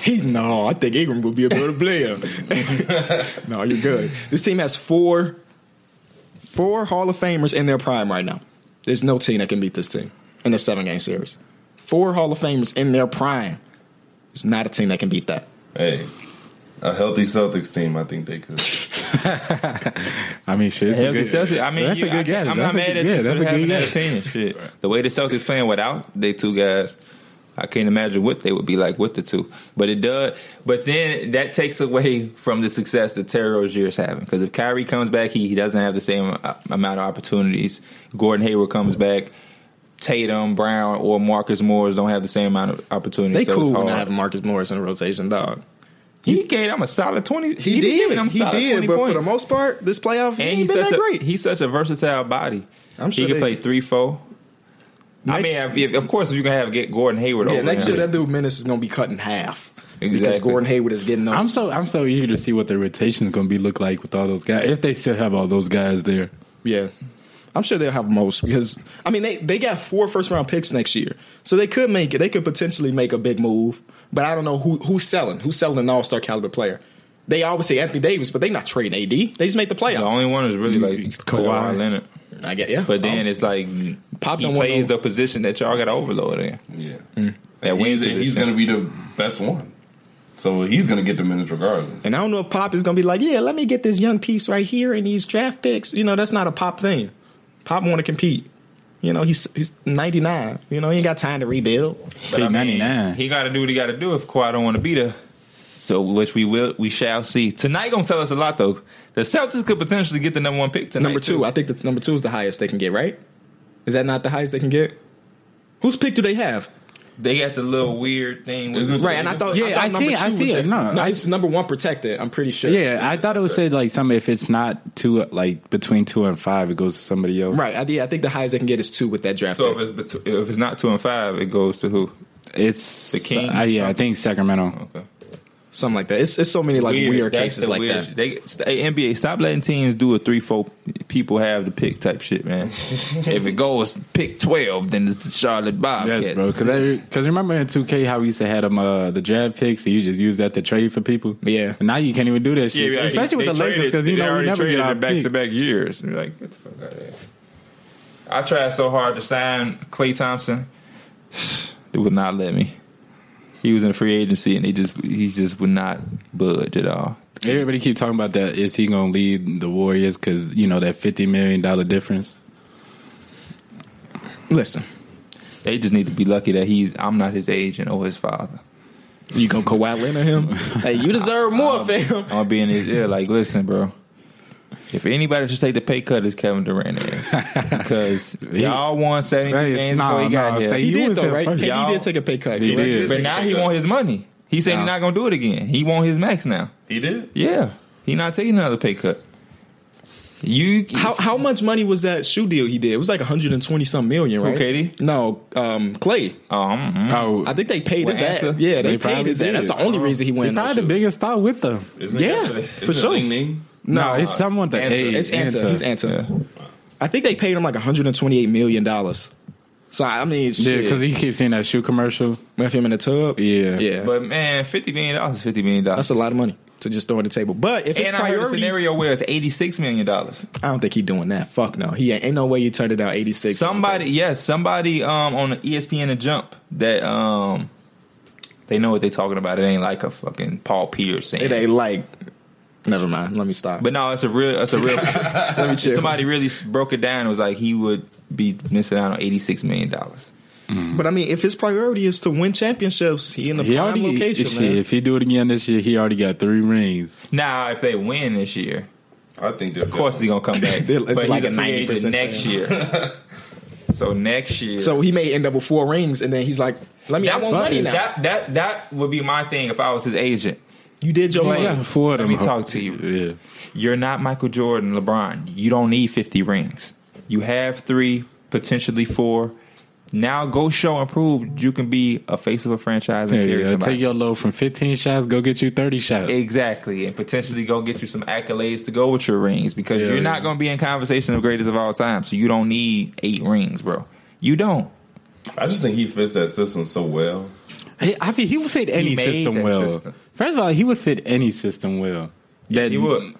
He no, I think Ingram will be a better player. no, you're good. This team has four four Hall of Famers in their prime right now. There's no team that can beat this team in a seven game series. Four Hall of Famers in their prime. There's not a team that can beat that.
Hey. A healthy Celtics team, I think they could.
I mean, shit. it's a
Healthy
good-
Celtics. I mean,
that's
you-
a good
I,
guess.
I'm not
That's a-
mad at
yeah,
you
that's
for
a
having
good
that
guess.
opinion. Shit, the way the Celtics playing without they two guys, I can't imagine what they would be like with the two. But it does. But then that takes away from the success that Terry Rozier is having because if Kyrie comes back, he, he doesn't have the same uh, amount of opportunities. Gordon Hayward comes back. Tatum, Brown, or Marcus Morris don't have the same amount of opportunities.
They
so
cool
it's
when
hard.
I have Marcus Morris in rotation, dog.
He gave them a solid twenty. He,
He,
did.
did.
Them
He
solid
did.
20
But
points.
for the most part, this playoff,
and
he
he's
ain't been
such
that
a
great.
he's such a versatile body.
I'm sure
he can
they-
play three, four. I
Next-
mean, if- if- of course, you can have get Gordon Hayward
yeah,
over
next
him.
year that dude minutes is gonna be cut in half. Because
Exactly.
Gordon Hayward is getting on.
I'm so I'm so eager to see what the rotation is going to be look like with all those guys. If they still have all those guys there,
Yeah. I'm sure they'll have most because I mean they, they got four first round picks next year. So they could make it. They could potentially make a big move. But I don't know who who's selling. Who's selling an all star caliber player? They always say Anthony Davis, but they not trading AD. They just make the playoffs.
the only one is really like
Kawhi.
Kawhi Oh. Leonard.
I get yeah.
But then it's like
Pop
he
don't want
plays
no-
the position that y'all got to overload in.
Mm.
Yeah.
That
He's,
wings
he's
position.
gonna be the best one. So he's going to get the minutes regardless.
And I don't know if Pop is going to be like, yeah, let me get this young piece right here and these draft picks. You know, that's not a Pop thing. Pop want to compete. You know, he's he's 99. You know, he ain't got time to rebuild.
But I mean,
99.
He got to do what he got to do if Kawhi don't want to be there. So, which we will, we shall see. Tonight gonna tell us a lot though. The Celtics could potentially get the number one pick tonight.
Number two, I think that number two is the highest they can get, right? Is that not the highest they can get? Whose pick do they have?
they got the little weird thing. With
Isn't it-
Right, and I thought
Yeah,
thought
I
number
see it,
two
I
was
see
the-
it. No,
no,
I-
it's number one protected. I'm pretty sure.
Yeah, I thought it would say like some. If it's not two, like between two and five, it goes to somebody else.
right. I, yeah, I think the highest they can get is two with that draft.
So
pick.
if it's betw if it's not two and five, it goes to who?
It's
The Kings
I, yeah,
or
I
something.
think Sacramento.
Okay.
something like that. It's, it's so many like weird,
That's
cases
the
like
weird-
that.
They stay- NBA stop letting teams do a three four people have the pick type shit, man. if it goes pick twelve, then it's the Charlotte
Yes,
Bobcats.
bro. Because because remember in 2K how we used to have them uh, the draft picks and you just use that to trade for people.
Yeah.
And now you can't even do that shit,
Yeah,
especially
they
with the Lakers
traded-
because you
they
know we
already
never
traded
get our
it back
pick.
to back years. And you're like, get the fuck out of here. I tried so hard to sign Clay Thompson. They would not let me. He was in free agency and he just he just would not budge at all.
Everybody keep talking about that. Is he gonna lead the Warriors? Because you know that fifty million dollar difference.
Listen,
They just need to be lucky that he's I'm not his agent or his father.
you go Kawhi Leonard him. hey, you deserve more, fam.
I'm gonna be in his ear like, listen, bro. If anybody should take the pay cut, it's Kevin Durant. Because y'all won 72
That is-
games
nah,
before he
nah,
got here.
say
He,
He
did
was
though,
here
right?
first.
KD
Y'all-
did take a pay cut.
He
correct?
did.
But now he want his money. He said
No.
he's not gonna do it again. He want his max now.
he did.
Yeah, he not taking another pay cut. You
How how much money was that shoe deal he did? It was like 120 some million, right?
KD?
No, um, Clay.
um, mm.
Oh,
I think they paid
What,
his ass.
answer?
Yeah, they,
They
paid
probably
his ass.
did.
That's the only reason he went.
he's
in those
not the
shoes.
biggest star with them.
Isn't
Yeah,
that-
for
isn't that
sure.
Ling Ning?
No, it's someone that
Anta.
hey,
It's Anta. He's Anta.
Yeah.
I think they paid him like 128 million dollars. So I mean,
Yeah,
shit.
because he keeps seeing that shoe commercial.
left him in the tub.
Yeah.
yeah.
But man, fifty million dollars, is fifty million dollars.
that's a lot of money to just throw on the table. But if it's
And I heard a
priority,
scenario where it's eighty-six million dollars.
I don't think he doing that. Fuck no. He ain't, ain't no way you turned it down 86.
Somebody, yes, somebody um, on the ESPN the jump that um, they know what they're talking about. It ain't like a fucking Paul Pierce saying.
It ain't like. Never mind. Let me stop.
But no, it's a real. It's a real.
let me chill.
somebody really s- broke it down. It was like he would be missing out on eighty-six million dollars.
But I mean, if his priority is to win championships, he in the
He
prime
already
location,
shit,
man.
If he do it again this year, he already got three rings.
Now, if they win this year,
I think they're
Of course he's gonna come back.
It's
but he's
like a
a free agent
90%
next year. so next year.
So he may end up with four rings, and then he's like, "Let me, I
that,
want money now."
that that that would be my thing if I was his agent.
you did your
Well,
money.
yeah, four of
Let
them.
me talk to you.
Yeah.
You're not Michael Jordan, LeBron. You don't need 50 rings. You have three, potentially four. Now go show and prove you can be a face of a franchise and
There you
carry
go.
somebody.
Take your load from 15 shots, go get you 30 shots.
Exactly, and potentially go get you some accolades to go with your rings because
Yeah,
you're not
yeah.
going to be in conversation of greatest of all time. So you don't need eight rings, bro. You don't.
I just think he fits that system so well.
He, I mean, he would fit any
made
system
that
well.
system.
First of all, he would fit any system well. That
He would.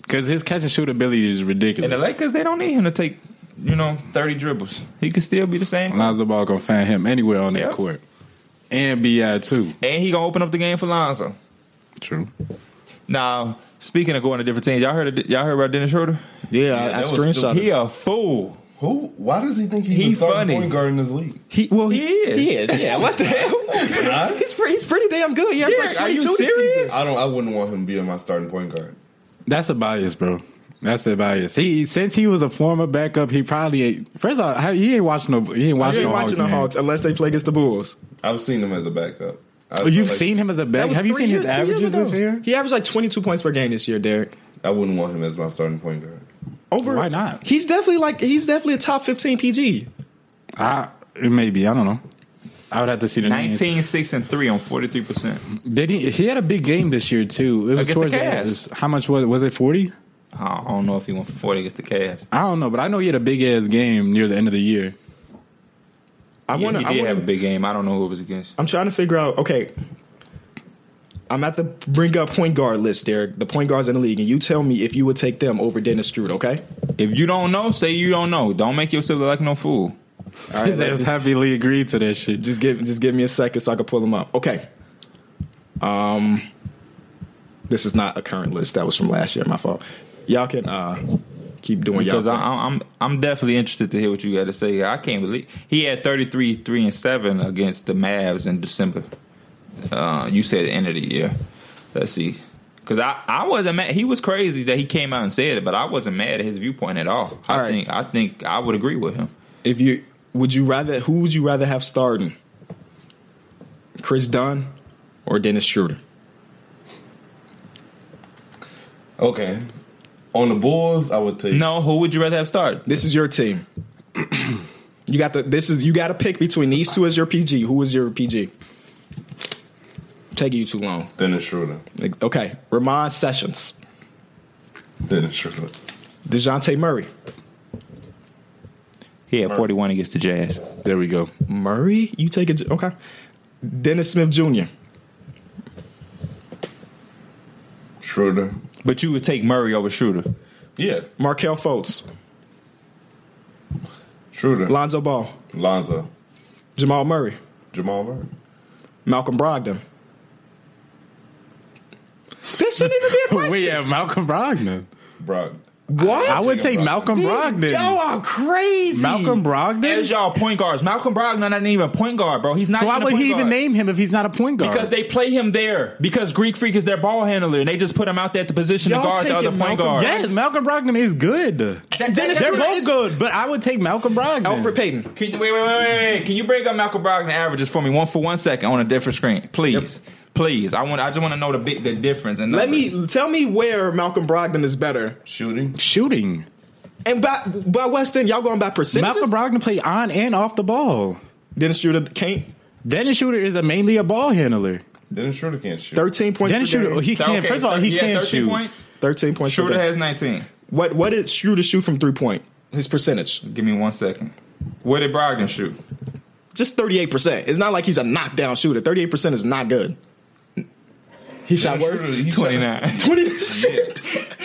because his catch and shoot ability is
And
ridiculous.
the Lakers, they don't need him to take, you know, 30 dribbles. He could still be the same.
Lonzo Ball gonna find him anywhere on that
Yeah.
court, and Bi too.
And he going to open up the game for Lonzo.
True.
Now, speaking of going to different teams, y'all heard of, y'all heard about Dennis Schroeder?
yeah, I,
that
I
was
screenshot.
He
He,
a fool.
Who? Why does he think he's,
He's
the starting
funny.
point guard in this league?
he, well, he,
He is.
He is. Yeah. What the hell? he's pretty, he's pretty damn good. He averaged
Yeah,
like
are you
22 this
serious?
season.
I don't. I wouldn't want him being my starting point guard.
That's a bias, bro. That's a bias. He since he was a former backup, he probably ain't, first of all how- he ain't watching no he ain't
You
watching
ain't
no
watching the
Hawks.
Hawks unless they play against the Bulls.
I've seen him as a backup. I,
man. Oh, You've
like,
seen him as a back. Have you
three
seen
years-
his
two years
averages
ago.
this year?
He averaged like 22 points per game this year, Derek.
I wouldn't want him as my starting point guard.
Over
Why not?
He's definitely like he's definitely a top 15 PG.
I maybe I don't know. I would have to see the names.
19, 6, and 3 on 43%.
Did he? He had a big game this year too. It
Against
was
the
towards the
Cavs.
end. It was- How much was it? Was it forty?
I don't know if he went for 40 against the Cavs.
I don't know, but I know he had a big ass game near the end of the year.
I
Yeah,
want
he
to.
did have a big game. I don't know who it was against.
I'm trying to figure out. Okay, I'm at the bring up point guard list, Derek. The point guards in the league, and you tell me if you would take them over Dennis Strude. Okay,
If you don't know, say you don't know. Don't make yourself look like no fool.
All right, happily agreed to that shit.
just give just give me a second so I can pull them up. Okay, Um, this is not a current list. That was from last year. My fault. Y'all can uh, keep doing
Because
y'all.
I,
thing.
I'm I'm- I'm definitely interested to hear what you got to say. I can't believe he had 33, three and seven against the Mavs in December. Uh, you said end of the year. Let's see, because I, I wasn't mad. He was crazy that he came out and said it, but I wasn't mad at his viewpoint at all. I
All right.
think I think I would agree with him.
if you would you rather who would you rather have starting? Chris Dunn or Dennis Schroeder?
Okay. On the Bulls, I would take
No, who would you rather have start?
This is your team. you got the this is you got to pick between these two as your PG. Who is your PG? Taking you too long.
Dennis Schroeder.
Like, Okay, Ramon Sessions,
Dennis Schroeder.
Dejounte Murray,
He had forty one against the Jazz.
There we go.
Murray. You take it. Okay, Dennis Smith Jr.
Schroeder.
But you would take Murray over Shooter.
Yeah.
Markel Fultz,
Schroeder.
Lonzo Ball,
Lonzo.
Jamal Murray,
Jamal Murray.
Malcolm Brogdon. This shouldn't even be a question.
Wait, yeah, Malcolm Brogdon.
Brock.
What?
I would take
Brogdon.
Malcolm Brogdon.
Y'all are crazy.
Malcolm
There's
Brogdon.
y'all point guards. Malcolm Brogdon not even a point guard, bro. He's not.
So why
even a
would
point
he even
guard.
name him if he's not a point guard?
Because they play him there. Because Greek Freak is their ball handler, and they just put him out there to position the
Y'all
guard the
taking
other point
Malcolm-
guard.
yes, Malcolm Brogdon is good.
Dennis
They're
Schroeder
both
is-
good, but I would take Malcolm Brogdon.
Alfred Payton.
Can, wait, wait, wait, wait, wait. Can you bring up Malcolm Brogdon averages for me, one for one second, on a different screen, please, please. I want. I just want to know the big the difference. And
Let me tell me where Malcolm Brogdon is better.
Shooting.
shooting.
And by by Weston, y'all going by percentages?
Malcolm Brogdon played on and off the ball.
Dennis Schroeder can't
Dennis Shooter is a mainly a ball handler.
Dennis Schroeder can't shoot.
thirteen points.
Dennis
per game.
Shooter, he can't. first of all, he can't shoot.
Points.
thirteen points. per
Shooter
game.
has nineteen.
what what did Schroeder shoot from three point? His percentage
Give me one second. What did Brogdon shoot?
just thirty eight percent. It's not like he's a knockdown shooter. Thirty eight percent is not good. He shot worse.
Dennis Schroeder, he shot-
Twenty nine.
Twenty.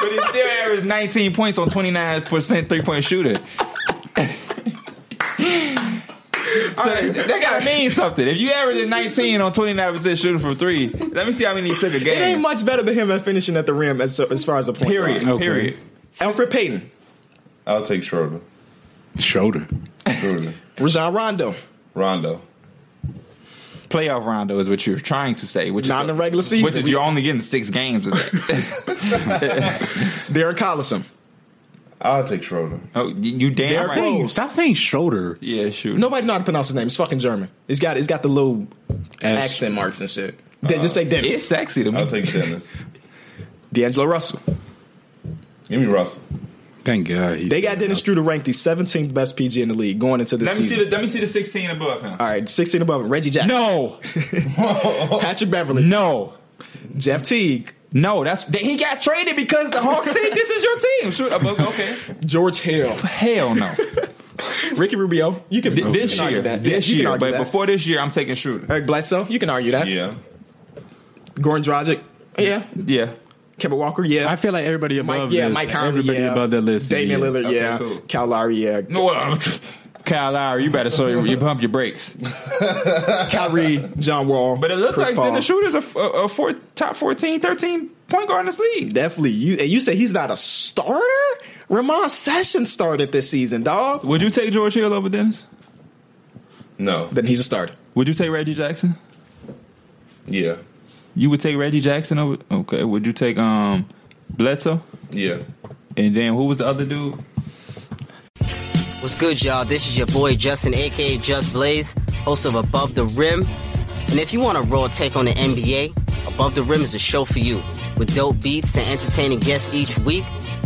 but he still averaged 19 points on 29% three point shooter. so that, that gotta mean something. If you averaging 19 on 29% shooting from three, let me see how many he took a
It ain't
game.
much better than him at finishing at the rim as as far as a point.
Period.
guard.
Okay.
Period.
Alfred Payton,
I'll take Schroeder.
Schroeder.
Schroeder.
Rajon Rondo,
Rondo.
Playoff rondo is what you're trying to say, which
Not
is
in the regular season.
Which is
We-
you're only getting six games. Of that.
Derek Collison.
I'll take Schroeder.
oh, you damn
Derrick
right.
Rose.
Hey, stop saying Schroeder.
Yeah, shoot.
Nobody know how to pronounce his name. It's fucking German. It's got it's got the little accent marks and shit.
Uh,
They just say Dennis.
it's sexy to me.
I'll take Dennis.
D'Angelo Russell.
Give me Russell.
Thank God. He's
They got Dennis Schroeder ranked the 17th best PG in the league going into this
Let me see
season.
the let me see the 16 above him.
All right, 16 above Reggie Jackson,
No,
Patrick Beverly,
no.
Jeff Teague,
No, that's that he got traded because the Hawks said this is your team. Shoot, uh, but- okay,
George Hill,
hell no.
Ricky Rubio. You can
Th-
you
This
can argue
year,
that.
this
Yeah, you can
year,
argue
but
that.
before this year, I'm taking shooter.
Eric Bledsoe, you can argue that.
Yeah.
Goran Dragic, yeah.
Yeah,
Kemba Walker, yeah.
I feel like everybody
Mike,
above
yeah,
this,
Mike Conley,
everybody
yeah.
above that list.
Damian
yeah.
Lillard,
Okay,
yeah.
cool.
Kyle Lowry, yeah.
no, uh, Kyle Lowry, you better so you, you pump your brakes.
Kyrie, John Wall,
But it looks
Chris
like
Paul.
then the shooter's a, f- a, a four, top 14, 13 point guard in this league.
Definitely. You and you say he's not a starter? Ramon Sessions started this season, dog.
Would you take George Hill over Dennis?
No.
Then he's a starter.
Would you take Reggie Jackson?
Yeah.
You would take Reggie Jackson over. Okay, would you take um Bledsoe?
Yeah.
And then who was the other dude?
What's good, y'all? This is your boy Justin, aka Just Blaze, host of Above the Rim. And if you want a raw take on the NBA, Above the Rim is a show for you. With dope beats and entertaining guests each week,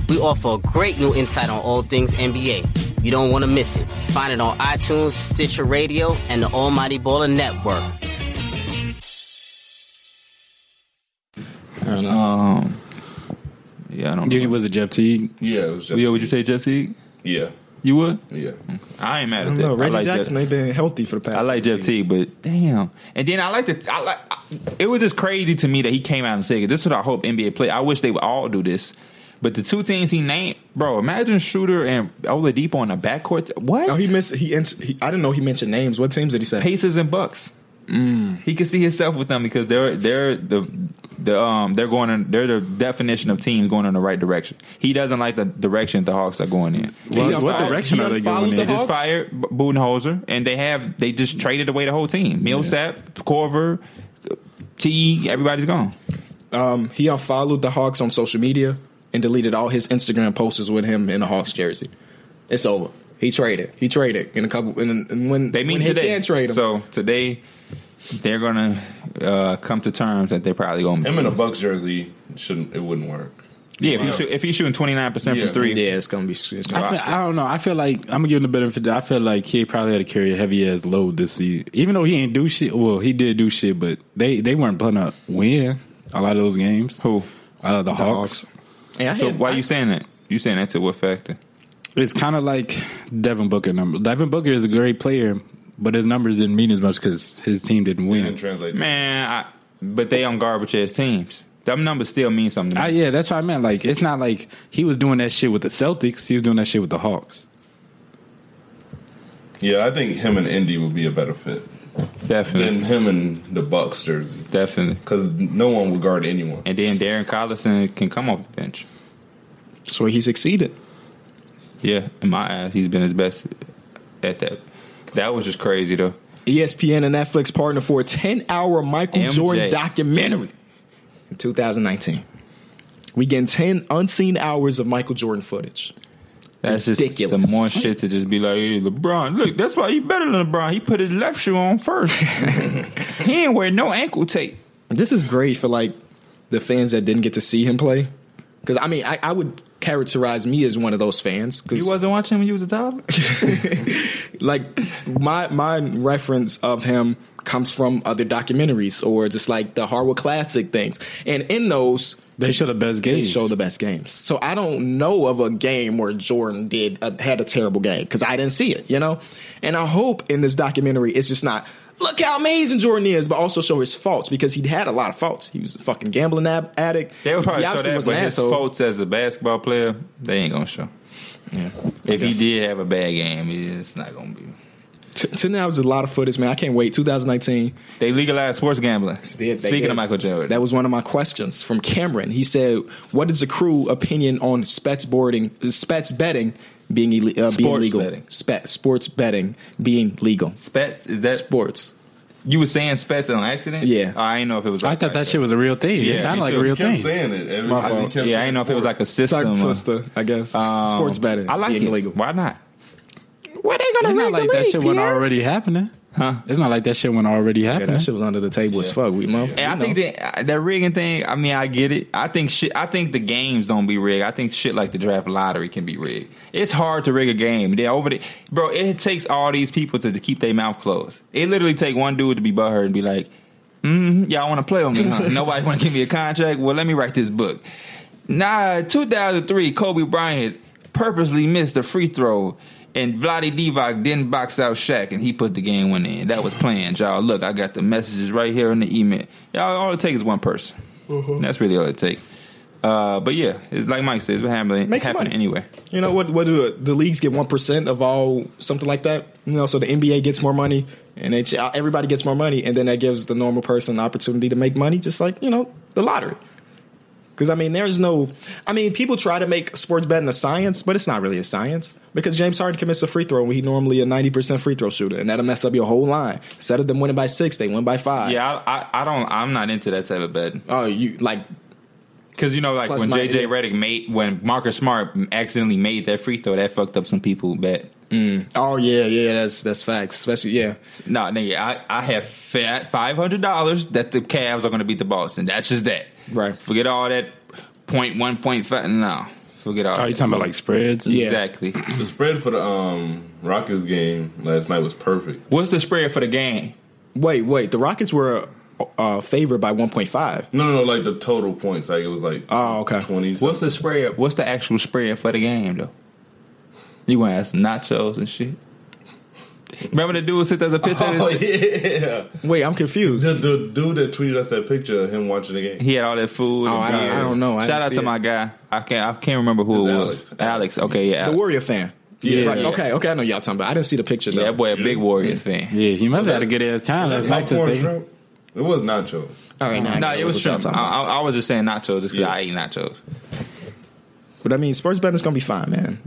we offer a great new insight on all things NBA. You don't want to miss it. Find it on iTunes, Stitcher Radio, and the Almighty Baller Network.
Um, yeah, I don't.
You
know.
was it Jeff Teague?
Yeah. It was just,
Yeah, would you take Jeff Teague?
Yeah.
You would.
Yeah.
I ain't
I
mad at
don't
that.
know. Reggie
I like
Jackson,
Jeff,
they've been healthy for the past.
I like
couple
Jeff Teague,
seasons.
but damn. And then I like the I like. I, it was just crazy to me that he came out and said it. this. Is what I hope NBA play. I wish they would all do this. But the two teams he named, bro. Imagine Shooter and Oladipo on the backcourt. What?
Oh, he missed. He, ins- he I didn't know he mentioned names. What teams did he say?
Pacers and Bucks. He can see himself with them because they're they're the the um they're going in, they're the definition of teams going in the right direction. He doesn't like the direction the Hawks are going in.
Well,
He
what
unfollowed-
direction
he
are they
unfollowed
going in?
the
They
Hawks?
just
fired B- Budenholzer, and they have they just traded away the whole team. Millsap, Corver, T. Everybody's gone.
Um, he unfollowed the Hawks on social media and deleted all his Instagram posts with him in a Hawks jersey. It's over. He traded. He traded in a couple. And, and when
They mean
when
today.
he can trade him,
So today they're gonna uh, come to terms that they're probably gonna.
Him in a Bucks jersey shouldn't. It wouldn't work.
yeah, if, he shoot, if he's shooting twenty nine percent
Yeah.
from three,
yeah, it's gonna be. It's gonna
I,
be-
feel, I don't know. I feel like I'm gonna give him the benefit. of the- I feel like he probably had to carry a heavy ass load this season, even though he ain't do shit. Well, he did do shit, but they they weren't gonna win a lot of those games.
who?
Uh, the, Hawks.
And I
So
had-
why you saying that? You saying that to what factor?
It's kind of like Devin Booker number. Devin Booker is a great player, but his numbers didn't mean as much because his team didn't
Didn't
win.
translate. to-
Man, I, but they on garbage ass teams. Them numbers still mean something. To
I,
me.
yeah, that's what I meant. Like it's not like he was doing that shit with the Celtics. He was doing that shit with the Hawks.
Yeah, I think him and Indy would be a better fit
definitely,
than him and the Bucks jersey
definitely.
because no one would guard anyone.
And then Darren Collison can come off the bench.
So he succeeded.
Yeah, in my eyes, he's been his best at that. That was just crazy though.
ESPN and Netflix partner for a 10 hour Michael
MJ.
Jordan documentary in 2019. We getting 10 unseen hours of Michael Jordan footage.
That's just
Ridiculous.
some more shit to just be like, hey, LeBron, look, that's why he better than LeBron. He put his left shoe on first. he ain't wear no ankle tape.
This is great for like the fans that didn't get to see him play. Because I mean, I, I would characterize me as one of those fans.
You
Because
wasn't watching when you was a toddler?
like my my reference of him comes from other documentaries or just like the Harwood Classic things. And in those,
They show the best
they
game.
show the best games. So I don't know of a game where Jordan did uh, had a terrible game because I didn't see it, you know. And I hope in this documentary it's just not look how amazing Jordan is, but also show his faults because he had a lot of faults. He was a fucking gambling ab- addict.
They would probably
he
show
obviously
that,
was an
but his
asshole.
faults as a basketball player, they ain't gonna show.
Yeah.
If he did have a bad game, it's not gonna be.
T- Ten hours is a lot of footage, man. I can't wait. 2019.
They legalized sports gambling.
They- they
Speaking
did.
of Michael Jordan,
That was one of my questions from Cameron. He said, "What is the crew opinion on spets boarding, spets betting being ille- uh, being
Sports
legal?
betting.
Spe- sports betting being legal.
Spets is that
sports.
you were saying Spets on accident?
Yeah.
Oh, I didn't know if it was.
I
like
thought that shit was a real thing.
Yeah,
it sounded
me
like
too.
a real
He kept
thing.
saying it. Every,
My
I think
fault.
he kept
Yeah, I
saying
didn't know if it was like a
sports.
system.
Tongue
or-
twister, I guess.
Um,
sports betting.
I like
being
it.
legal.
Why not?
Where they
It's not like that shit wasn't already happening.
Huh?
It's not like that shit wasn't already
Yeah,
happening.
that shit was under the table as fuck. We, motherfucker.
And I
you
think
know.
that uh, that rigging thing. I mean, I get it. I think shit. I think the games don't be rigged. I think shit like the draft lottery can be rigged. It's hard to rig a game. They over the bro. It takes all these people to, to keep their mouth closed. It literally take one dude to be butthurt and be like, mm, "Y'all want to play on me? Huh? Nobody want to give me a contract? Well, let me write this book." Nah, 2003, Kobe Bryant purposely missed a free throw. And Vladi Divac didn't box out Shaq, and he put the game winner in. That was planned, y'all. Look, I got the messages right here in the email. Y'all, all it takes is one person.
Mm-hmm.
That's really all it takes. Uh, but yeah, it's like Mike says, it's happening,
Makes
happening
money.
anyway.
You know what? What do the leagues get? One percent of all something like that. You know, so the NBA gets more money, and H- everybody gets more money, and then that gives the normal person an opportunity to make money, just like you know the lottery. Because I mean, there's no. I mean, people try to make sports betting a science, but it's not really a science because James Harden commits a free throw when he normally a ninety percent free throw shooter, and that'll mess up your whole line. Instead of them winning by six, they win by five.
Yeah, I, I, I don't. I'm not into that type of betting
Oh, you like
because you know, like
Plus
when
my-
JJ Redick made when Marcus Smart accidentally made that free throw, that fucked up some people bet.
Oh yeah, yeah, that's that's facts. Especially yeah.
No, nigga, I, I have five hundred dollars that the Cavs are going to beat the Boston. That's just that.
Right.
Forget all that point one point five. No, forget all.
Oh, you
that.
talking about like spreads?
Yeah.
Exactly.
The spread for the um, Rockets game last night was perfect.
What's the spread for the game?
Wait, wait. The Rockets were uh, favored by 1.5.
No, no, no, like the total points. Like it was like
Oh, okay.
twenty.
What's
What's
the spread? What's the actual spread for the game though? You gonna have some nachos and shit. Remember the dude sent us a picture.
Oh yeah,
Wait, I'm confused.
the, the dude that tweeted us that picture of him watching the game.
He had all that food.
Oh,
and
I don't-
beers.
I don't know. I
Shout
didn't
out
see
to
it.
my guy. I can't. I can't remember who it
It's
was.
Alex.
Alex. Okay, yeah.
the
Alex.
Warrior fan. Yeah.
Yeah.
Right. Okay. Okay. I know y'all talking about. I didn't see the picture though.
Yeah, that boy a big Warriors fan.
Yeah, he must have had a good ass time. That's nice to
Popcorn
think.
shrimp? It was nachos.
All right. Now I
No,
get
it was
what y'all
shrimp. I,
talking about.
I, I was just saying nachos just because
Yeah.
I ate nachos.
But I mean, sports betting's gonna be fine, man.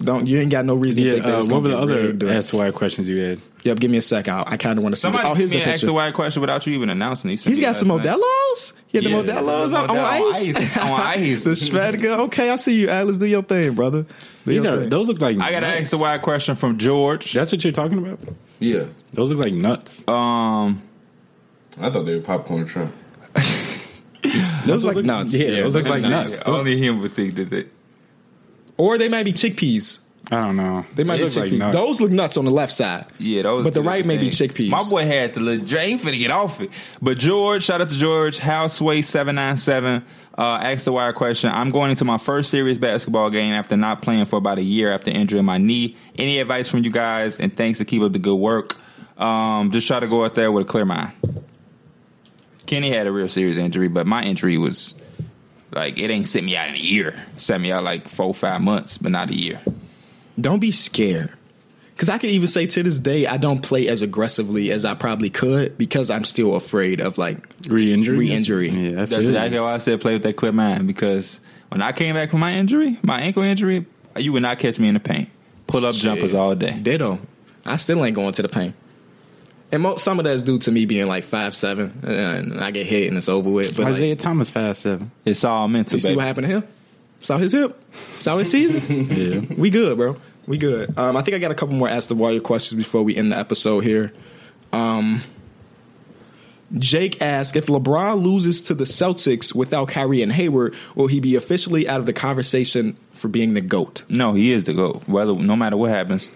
Don't you ain't got no reason to
Yeah,
think that
uh,
it's
what
gonna
were the
be rigged
other
or-
ask why questions you had?
Yep. Give me a second. I, I kind of want to see. the-
Somebody
oh, here's the
me asked
picture.
a wide question without you even announcing. He sent
He's
me
got some
last night.
Modelo's. He had the
Yeah,
Modelo's on, on
Modelo
ice.
on ice.
the Shvedka. Okay, I see you, Atlas. Do your thing, brother. Do
These
your
are
thing.
those look like
I got to
nuts.
ask the wide question from George.
That's what you're talking about.
Yeah.
Those look like nuts.
Um,
I thought they were popcorn shrimp.
Those look like nuts.
Yeah, those look like
that's
nuts.
nice. Only him would think that. that
Or they might be chickpeas.
I don't know.
They might
It
be
looks
chickpeas. those look nuts on the left side.
yeah, those.
But the
two
right may be
different things.
chickpeas.
My boy had the little Jane finna get off it. But George, shout out to George, Houseway seven nine seven. Uh, asked the wire question. I'm going into my first serious basketball game after not playing for about a year after injuring my knee. Any advice from you guys? And thanks to keep up the good work. Um, just try to go out there with a clear mind. Kenny had a real serious injury, but my injury was like it ain't sent me out in a year. It sent me out like four five months, but not a year.
Don't be scared. Because I can even say to this day, I don't play as aggressively as I probably could because I'm still afraid of like
re-injury.
Re-injury.
Yeah, I
That's
feel
exactly
you.
why I said play with that clear mind because when I came back from my injury, my ankle injury, you would not catch me in the paint. Pull up jumpers all day.
ditto. I still ain't going to the paint. And mo- some of that's due to me being like five seven, and I get hit and it's over with. But like,
Isaiah Thomas five seven.
It's all mental.
you see what
baby.
happened to him? Saw his hip. Saw his season.
Yeah.
we good, bro. We good. Um, I think I got a couple more Ask the Warrior questions before we end the episode here. Um, Jake asked if LeBron loses to the Celtics without Kyrie and Hayward, will he be officially out of the conversation for being the GOAT?
No, he is the goat. Whether no matter what happens,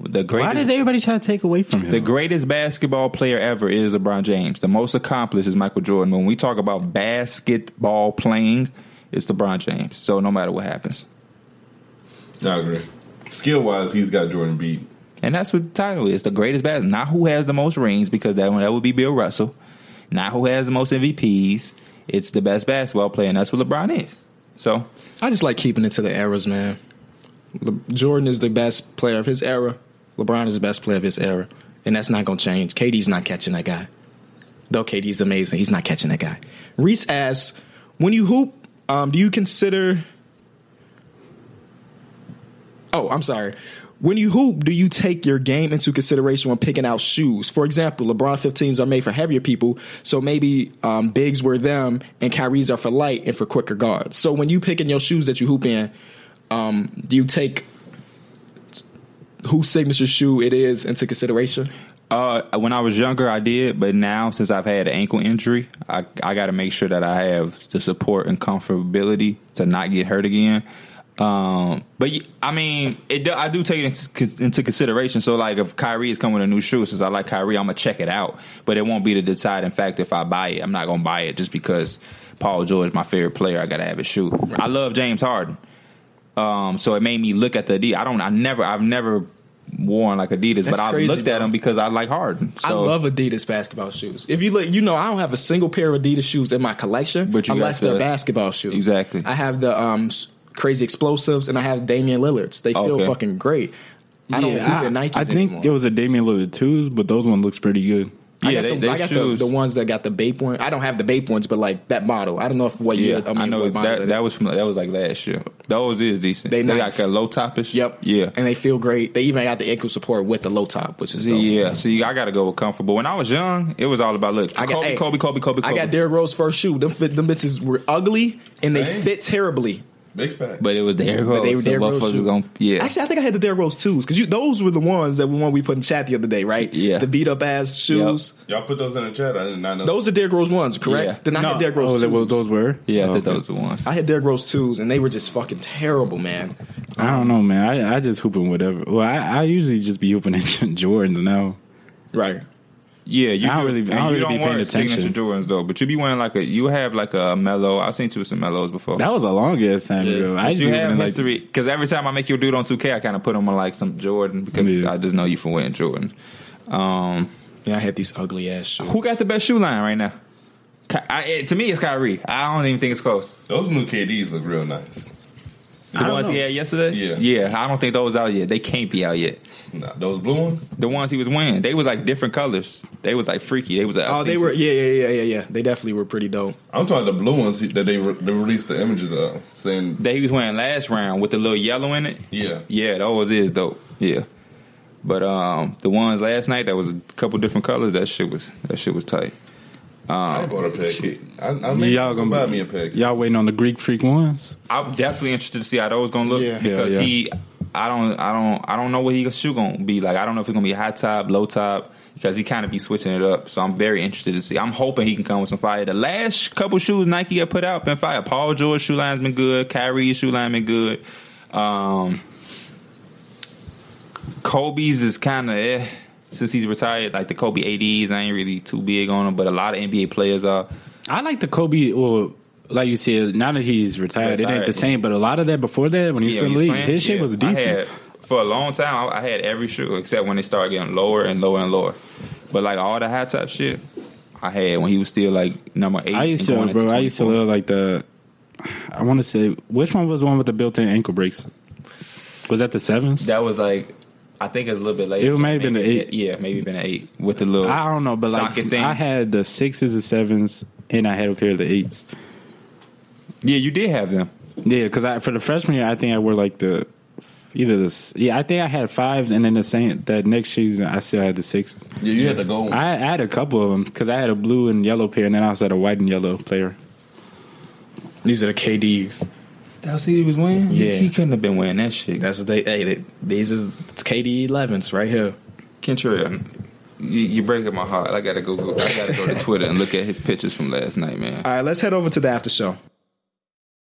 the
Why
greatest
did everybody try to take away from him?
the greatest basketball player ever is LeBron James. The most accomplished is Michael Jordan. When we talk about basketball playing, it's LeBron James. So no matter what happens,
I agree. Skill wise, he's got Jordan beat.
and that's what the title is: the greatest bas Not who has the most rings, because that one that would be Bill Russell. Not who has the most MVPs. It's the best basketball player, and that's what LeBron is. So
I just like keeping it to the eras, man. Le- Jordan is the best player of his era. LeBron is the best player of his era, and that's not going to change. KD's not catching that guy. Though KD's amazing, he's not catching that guy. Reese asks, "When you hoop, um, do you consider?" Oh, I'm sorry. When you hoop, do you take your game into consideration when picking out shoes? For example, LeBron 15s are made for heavier people, so maybe um, bigs were them, and Kyrie's are for light and for quicker guards. So when you picking your shoes that you hoop in, um, do you take whose signature shoe it is into consideration?
Uh, when I was younger, I did, but now since I've had an ankle injury, I I got to make sure that I have the support and comfortability to not get hurt again. Um, but y- I mean, it do, I do take it into, into consideration. So, like, if Kyrie is coming with a new shoe, since I like Kyrie, I'm gonna check it out. But it won't be the deciding factor if I buy it. I'm not gonna buy it just because Paul George, my favorite player, I gotta have his shoe. I love James Harden. Um, so it made me look at the Adidas. I don't. I never. I've never worn like Adidas,
That's
but I
crazy,
looked at
bro.
them because I like Harden. So,
I love Adidas basketball shoes. If you look, you know, I don't have a single pair of Adidas shoes in my collection,
But you
unless
got
they're
the-
basketball shoes.
Exactly.
I have the um, s- crazy explosives, and I have Damian Lillard's. They feel
Okay.
fucking great. I don't
Yeah,
keep the Nikes
I think
anymore.
it was a Damian Lillard twos, but those one looks pretty good.
I
Yeah,
got,
they-
the,
they
I got the,
shoes-
the ones that got the Bape one. I don't have the Bape ones, but like that model. I don't know if what year.
Yeah, I,
mean,
know
what model it
that
is.
that was from that was like last year. Those is decent.
They
They,
nice.
like a low topish.
Yep.
Yeah.
And they feel great. They even got the ankle support with the low top, which is dope.
yeah, see, I gotta go with comfortable. When I was young, it was all about look.
I got-
Kobe,
hey,
Kobe, Kobe, Kobe,
I
Kobe.
got Derrick Rose first shoe. Them fit, them bitches were ugly and they
Same.
fit terribly.
Big fact.
but it was Derrick Rose.
But they were
so
Derrick Rose
motherfuckers
shoes.
gonna- yeah.
Actually, I think I had the Derrick Rose twos because those were the ones that one we put in chat the other day, right?
Yeah.
The beat up ass shoes.
Y'all put those in the chat. I did not know.
Those are Derrick Rose ones, correct?
Yeah.
Then I had Derrick Rose
oh,
twos.
they- well, those were.
yeah, I
Oh,
think
okay.
those were the ones.
I had Derrick Rose twos, and they were just fucking terrible, man.
I don't know, man. I, I just hooping whatever. Well, I, I usually just be hooping in Jordans now.
Right.
yeah, you
I don't
do.
really- I
and
don't
you
really be
don't wear
paying
signature
attention.
Jordans though, but you be wearing like a you have like a mellow. I've seen two some mellows before.
That was a long ass time
Yeah.
ago. I
But
used to
you
be hooping
have
in, like
history because every time I make you do it on 2K, I kind of put them on like some Jordan because
Yeah.
I just know you for wearing Jordan. Um,
Yeah, I had these ugly ass shoes.
who got the best shoe line right now? Ky- I, it, to me, it's Kyrie. I don't even think it's close.
Those new KDs look real nice.
The ones he had yesterday?
Yeah.
Yeah. I don't think those out yet. They can't be out yet.
Nah, those blue ones.
The ones he was wearing, they was like different colors. They was like freaky. They was like,
Oh, they were yeah, yeah, yeah, yeah, yeah. They definitely were pretty dope.
I'm talking the blue ones that they, re- they released the images of, saying
that he was wearing last round with the little yellow in it.
Yeah.
Yeah, those is dope. Yeah. But um the ones last night that was a couple different colors, that shit was that shit was tight.
I bought a packet. I, I made,
Y'all gonna
buy me a packet.
Y'all waiting on the Greek Freak ones?
I'm definitely interested to see how those gonna look
Yeah.
because
Yeah, yeah.
he, I don't, I don't, I don't know what he shoe gonna be like. I don't know if it's gonna be high top, low top because he kind of be switching it up. So I'm very interested to see. I'm hoping he can come with some fire. The last couple shoes Nike have put out been fire. Paul George shoe line's been good. Kyrie's shoe line been good. Um, Kobe's is kind of eh. Since he's retired, like the Kobe 80s, I ain't really too big on them, but a lot of NBA players are.
I like the Kobe, or like you said, now that he's retired, it ain't
Retired,
the same. But a lot of that before that, when he was
Yeah,
still in
when
the
he
league,
was playing,
his shit
yeah.
was
I had,
decent.
for a long time, I I had every shoe except when they started getting lower and lower and lower. But like all the high top shit, I had when he was still like number eight.
I used
and
to,
going into
bro. I used to
24.
love like the. I want to say which one was the one with the built-in ankle breaks? Was that the sevens?
That was like, I think it's a little bit later.
It may have been
Maybe
the
it-
eight.
Yeah, maybe been an eight with the little.
I don't know, but like
socket thing.
I had the sixes and sevens, and I had a pair of the eights.
Yeah, you did have them.
Yeah, because I for the freshman year, I think I wore like the either the s- yeah, I think I had fives, and then the same that next season I still had the sixes.
Yeah, you had the gold one.
I, I had a couple of them because I had a blue and yellow pair, and then I also had a white and yellow player.
These are the KDs.
That's what he was wearing.
Yeah.
he couldn't have been wearing that shit.
That's what they. Hey, they, these is KD 11s right here.
Kentrell, you, you breaking my heart. I gotta go. go I gotta go to Twitter and look at his pictures from last night, man.
All right, let's head over to the after show.